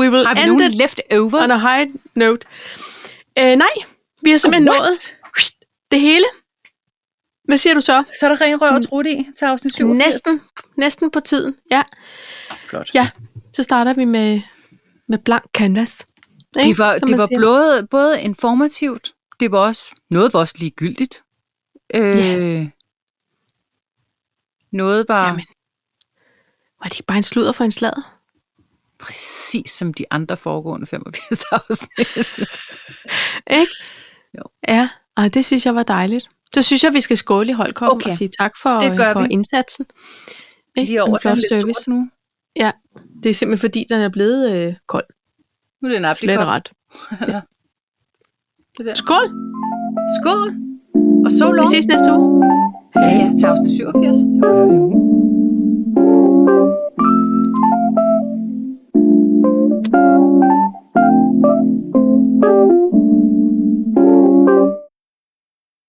[SPEAKER 1] We will
[SPEAKER 2] Har vi
[SPEAKER 1] end
[SPEAKER 2] nogen
[SPEAKER 1] it
[SPEAKER 2] leftovers?
[SPEAKER 1] on a high note. Øh, nej, vi har simpelthen
[SPEAKER 2] What?
[SPEAKER 1] nået det hele. Hvad siger du så?
[SPEAKER 2] Så er der ren røv og trutte i til afsnit 7.
[SPEAKER 1] Næsten, næsten på tiden. Ja,
[SPEAKER 2] Flot.
[SPEAKER 1] ja. Så starter vi med, med blank canvas. Ikke?
[SPEAKER 2] Det var,
[SPEAKER 1] Som
[SPEAKER 2] det
[SPEAKER 1] man
[SPEAKER 2] var
[SPEAKER 1] siger.
[SPEAKER 2] både, både informativt, det var også noget var også ligegyldigt. Øh,
[SPEAKER 1] Ja.
[SPEAKER 2] Noget var Jamen.
[SPEAKER 1] Jamen. Var det ikke bare en sludder for en slader?
[SPEAKER 2] præcis som de andre foregående 85 afsnit.
[SPEAKER 1] Ikke?
[SPEAKER 2] Jo.
[SPEAKER 1] Ja, og det synes jeg var dejligt. Så synes jeg, vi skal skåle i Holkom
[SPEAKER 2] Okay.
[SPEAKER 1] okay. og sige tak for,
[SPEAKER 2] Det gør
[SPEAKER 1] for
[SPEAKER 2] vi.
[SPEAKER 1] indsatsen. Ikke?
[SPEAKER 2] Vi er
[SPEAKER 1] Og
[SPEAKER 2] over
[SPEAKER 1] den flotte
[SPEAKER 2] den lidt service. sort nu.
[SPEAKER 1] Ja, det er simpelthen fordi, den er blevet øh, kold.
[SPEAKER 2] Nu er det en
[SPEAKER 1] Slet
[SPEAKER 2] aprikot.
[SPEAKER 1] ret.
[SPEAKER 2] det der.
[SPEAKER 1] Skål!
[SPEAKER 2] Skål! Og så
[SPEAKER 1] Vi
[SPEAKER 2] long.
[SPEAKER 1] ses næste uge.
[SPEAKER 2] Ja, ja, til afsnit 87.